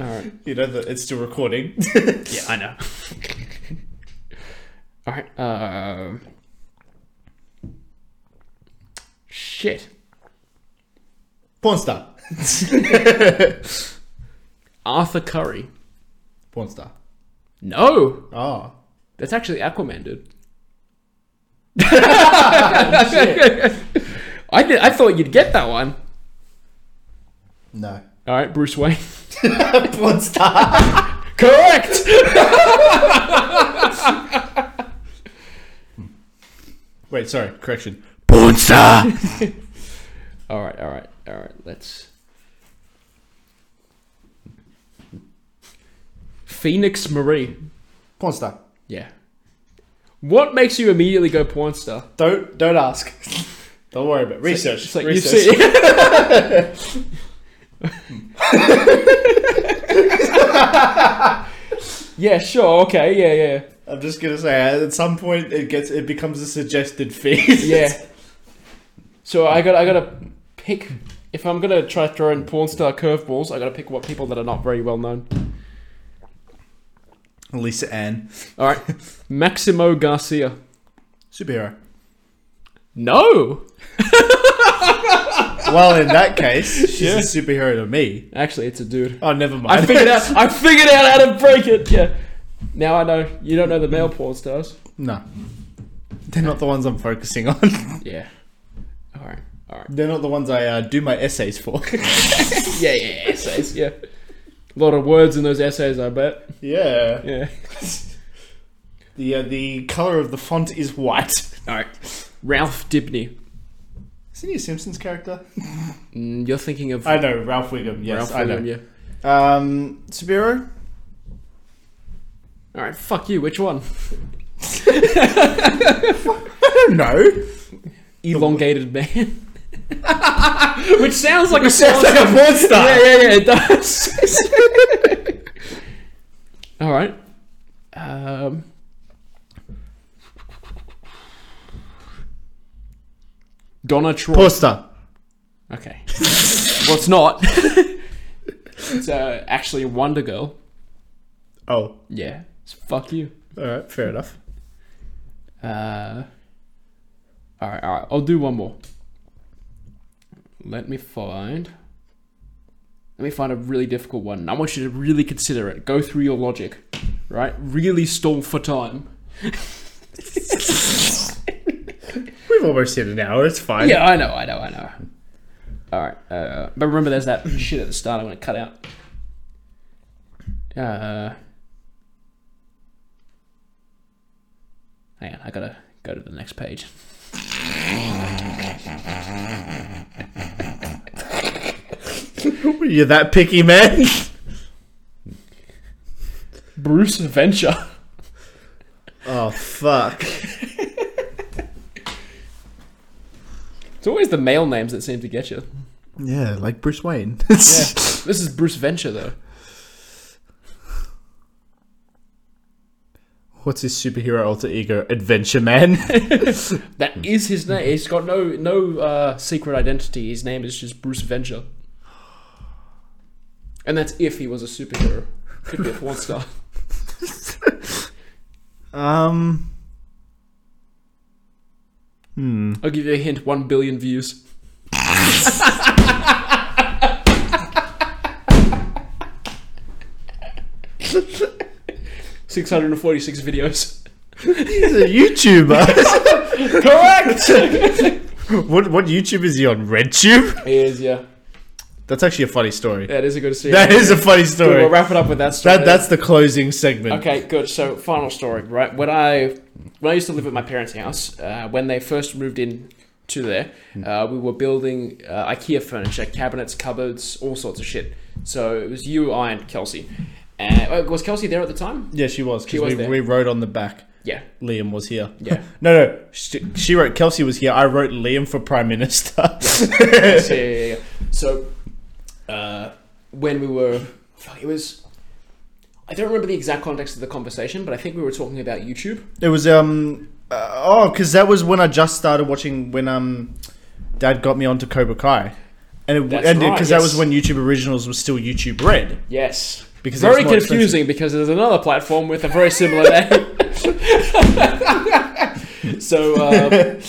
right. you know that it's still recording. [LAUGHS] Yeah, I know. [LAUGHS] All right. Um. Shit. Porn star. [LAUGHS] Arthur Curry. Porn star. No, Oh. that's actually Aquaman, dude. I did, I thought you'd get that one. No. [LAUGHS] All right, Bruce Wayne. Porn star. Correct. Wait, sorry. Correction. Porn star. [LAUGHS] All right, all right, all right. Let's. Phoenix Marie. Porn star. Yeah. What makes you immediately go porn star? Don't don't ask. [LAUGHS] Don't worry about it. research. It's like you research. see. yeah, sure, okay, yeah, yeah. I'm just gonna say uh, at some point it gets it becomes a suggested feed. Yeah. So I got I gotta pick if I'm gonna try to throw in porn star curveballs, I gotta pick what people that are not very well known. [LAUGHS] Lisa Ann, Alright. Maximo Garcia. superhero. No! Well, in that case, she's Yeah. a superhero to me. Actually it's a dude. Oh, never mind. I figured out I figured out how to break it, yeah. Now I know you don't know the male porn stars. [LAUGHS] No, they're not the ones I'm focusing on. [LAUGHS] Yeah. Alright. Alright. they're not the ones I uh, do my essays for. [LAUGHS] Yeah, yeah, yeah, essays, yeah. A lot of words in those essays, I bet. yeah. [LAUGHS] Yeah. The uh, the color of the font is white. Alright. Ralph Dibney. Isn't he a Simpsons character? Mm, You're thinking of I know Ralph Wiggum. Yes, Ralph I know. Wiggum, yeah. Um, superhero. Alright, fuck you, which one? No. elongated [LAUGHS] man. Which sounds like a Sounds like porn a porn Oh, star. Yeah, yeah, yeah, it does. [LAUGHS] All right. Um, Donna Troy. Poster. Okay. [LAUGHS] well, it's not. [LAUGHS] it's uh, actually Wonder Girl. Oh, Yeah. It's fuck you. all right, fair enough. Uh, all right, all right. I'll do one more. Let me find. Let me find a really difficult one. I want you to really consider it. Go through your logic, right? Really stall for time. We've almost hit an hour. It's fine. Yeah, I know, I know, I know. All right, uh, but remember, there's that [COUGHS] shit at the start. I'm gonna cut out. Uh, hang on, I gotta go to the next page. [LAUGHS] You're that [LAUGHS] picky, man. Bruce Venture. oh fuck. It's always the male names that seem to get you. Yeah, like Bruce Wayne. [LAUGHS] This is Bruce Venture, though. What's his superhero alter ego? Adventure Man. [LAUGHS] That is his name. He's got no no uh, secret identity. His name is just Bruce Venture. And that's if he was a superhero. Could be a porn [LAUGHS] star. um. I'll give you a hint: one billion views. Six hundred and forty-six videos. He's a [LAUGHS] YouTuber. Correct. [LAUGHS] what what YouTube is he on? RedTube? he is, yeah. That's actually a funny story. That is a good story. That is a funny story. We'll wrap it up with that story. That that's the closing segment. Okay, good. So, final story, right? When I when I used to live at my parents' house, uh, when they first moved in to there, uh, we were building uh, IKEA furniture, cabinets, cupboards, all sorts of shit. So it was you, I, and Kelsey. And uh, was Kelsey there at the time? Yeah, she was. 'cause She was we, there. we wrote on the back. Yeah. Liam was here. Yeah. [LAUGHS] no, no. She, she wrote Kelsey was here. I wrote Liam for prime minister. yeah, yeah, yeah. So uh, when we were, fuck, it was. I don't remember the exact context of the conversation, but I think we were talking about YouTube. [LAUGHS] It was um uh, oh, because that was when I just started watching when um Dad got me onto Cobra Kai, and it That's and right, because that was yes. when YouTube Originals was still YouTube Red. Yes. Because very it's more confusing because there's another platform with a very similar name. [LAUGHS] so uh,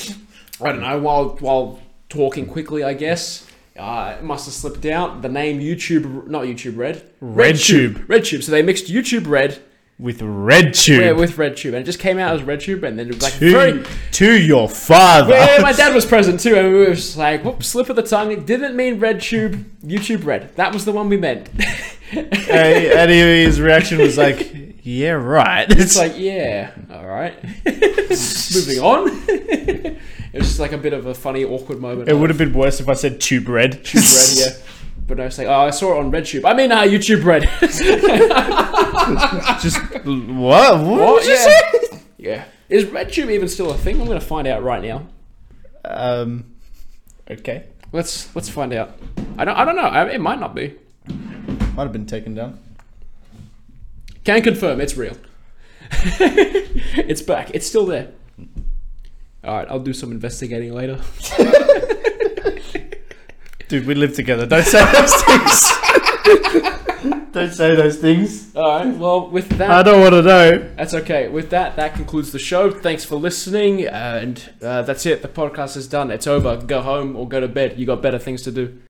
I don't know. While while talking quickly, I guess uh, it must have slipped out. The name YouTube, not YouTube Red, RedTube RedTube. So they mixed YouTube Red with RedTube yeah, with RedTube, and it just came out as RedTube, and then it was like to very. to your father. [LAUGHS] Yeah, my dad was present too, and we were just like, "Whoops, slip of the tongue." It didn't mean RedTube, YouTube Red. That was the one we meant. [LAUGHS] and, and he- his reaction was like, "Yeah, right." [LAUGHS] It's like, yeah, all right. [LAUGHS] Moving on. [LAUGHS] it was just like a bit of a funny, awkward moment. it would have been worse if I said Tube Red. Tube Red, yeah. But I was like, oh, I saw it on RedTube. I mean, uh, YouTube Red. [LAUGHS] [LAUGHS] Just what? What, What? did you Yeah. say? yeah. Is RedTube even still a thing? I'm going to find out right now. Um, Okay. Let's let's find out. I don't I don't know. I, it might not be. Might have been taken down. Can confirm it's real. [LAUGHS] it's back. It's still there. All right, I'll do some investigating later. Dude, we live together. Don't say those things. [LAUGHS] Don't say those things. All right. Well, with I that, don't want to know. that's okay. With that, that concludes the show. Thanks for listening, and uh, that's it. The podcast is done. It's over. Go home or go to bed. You got better things to do.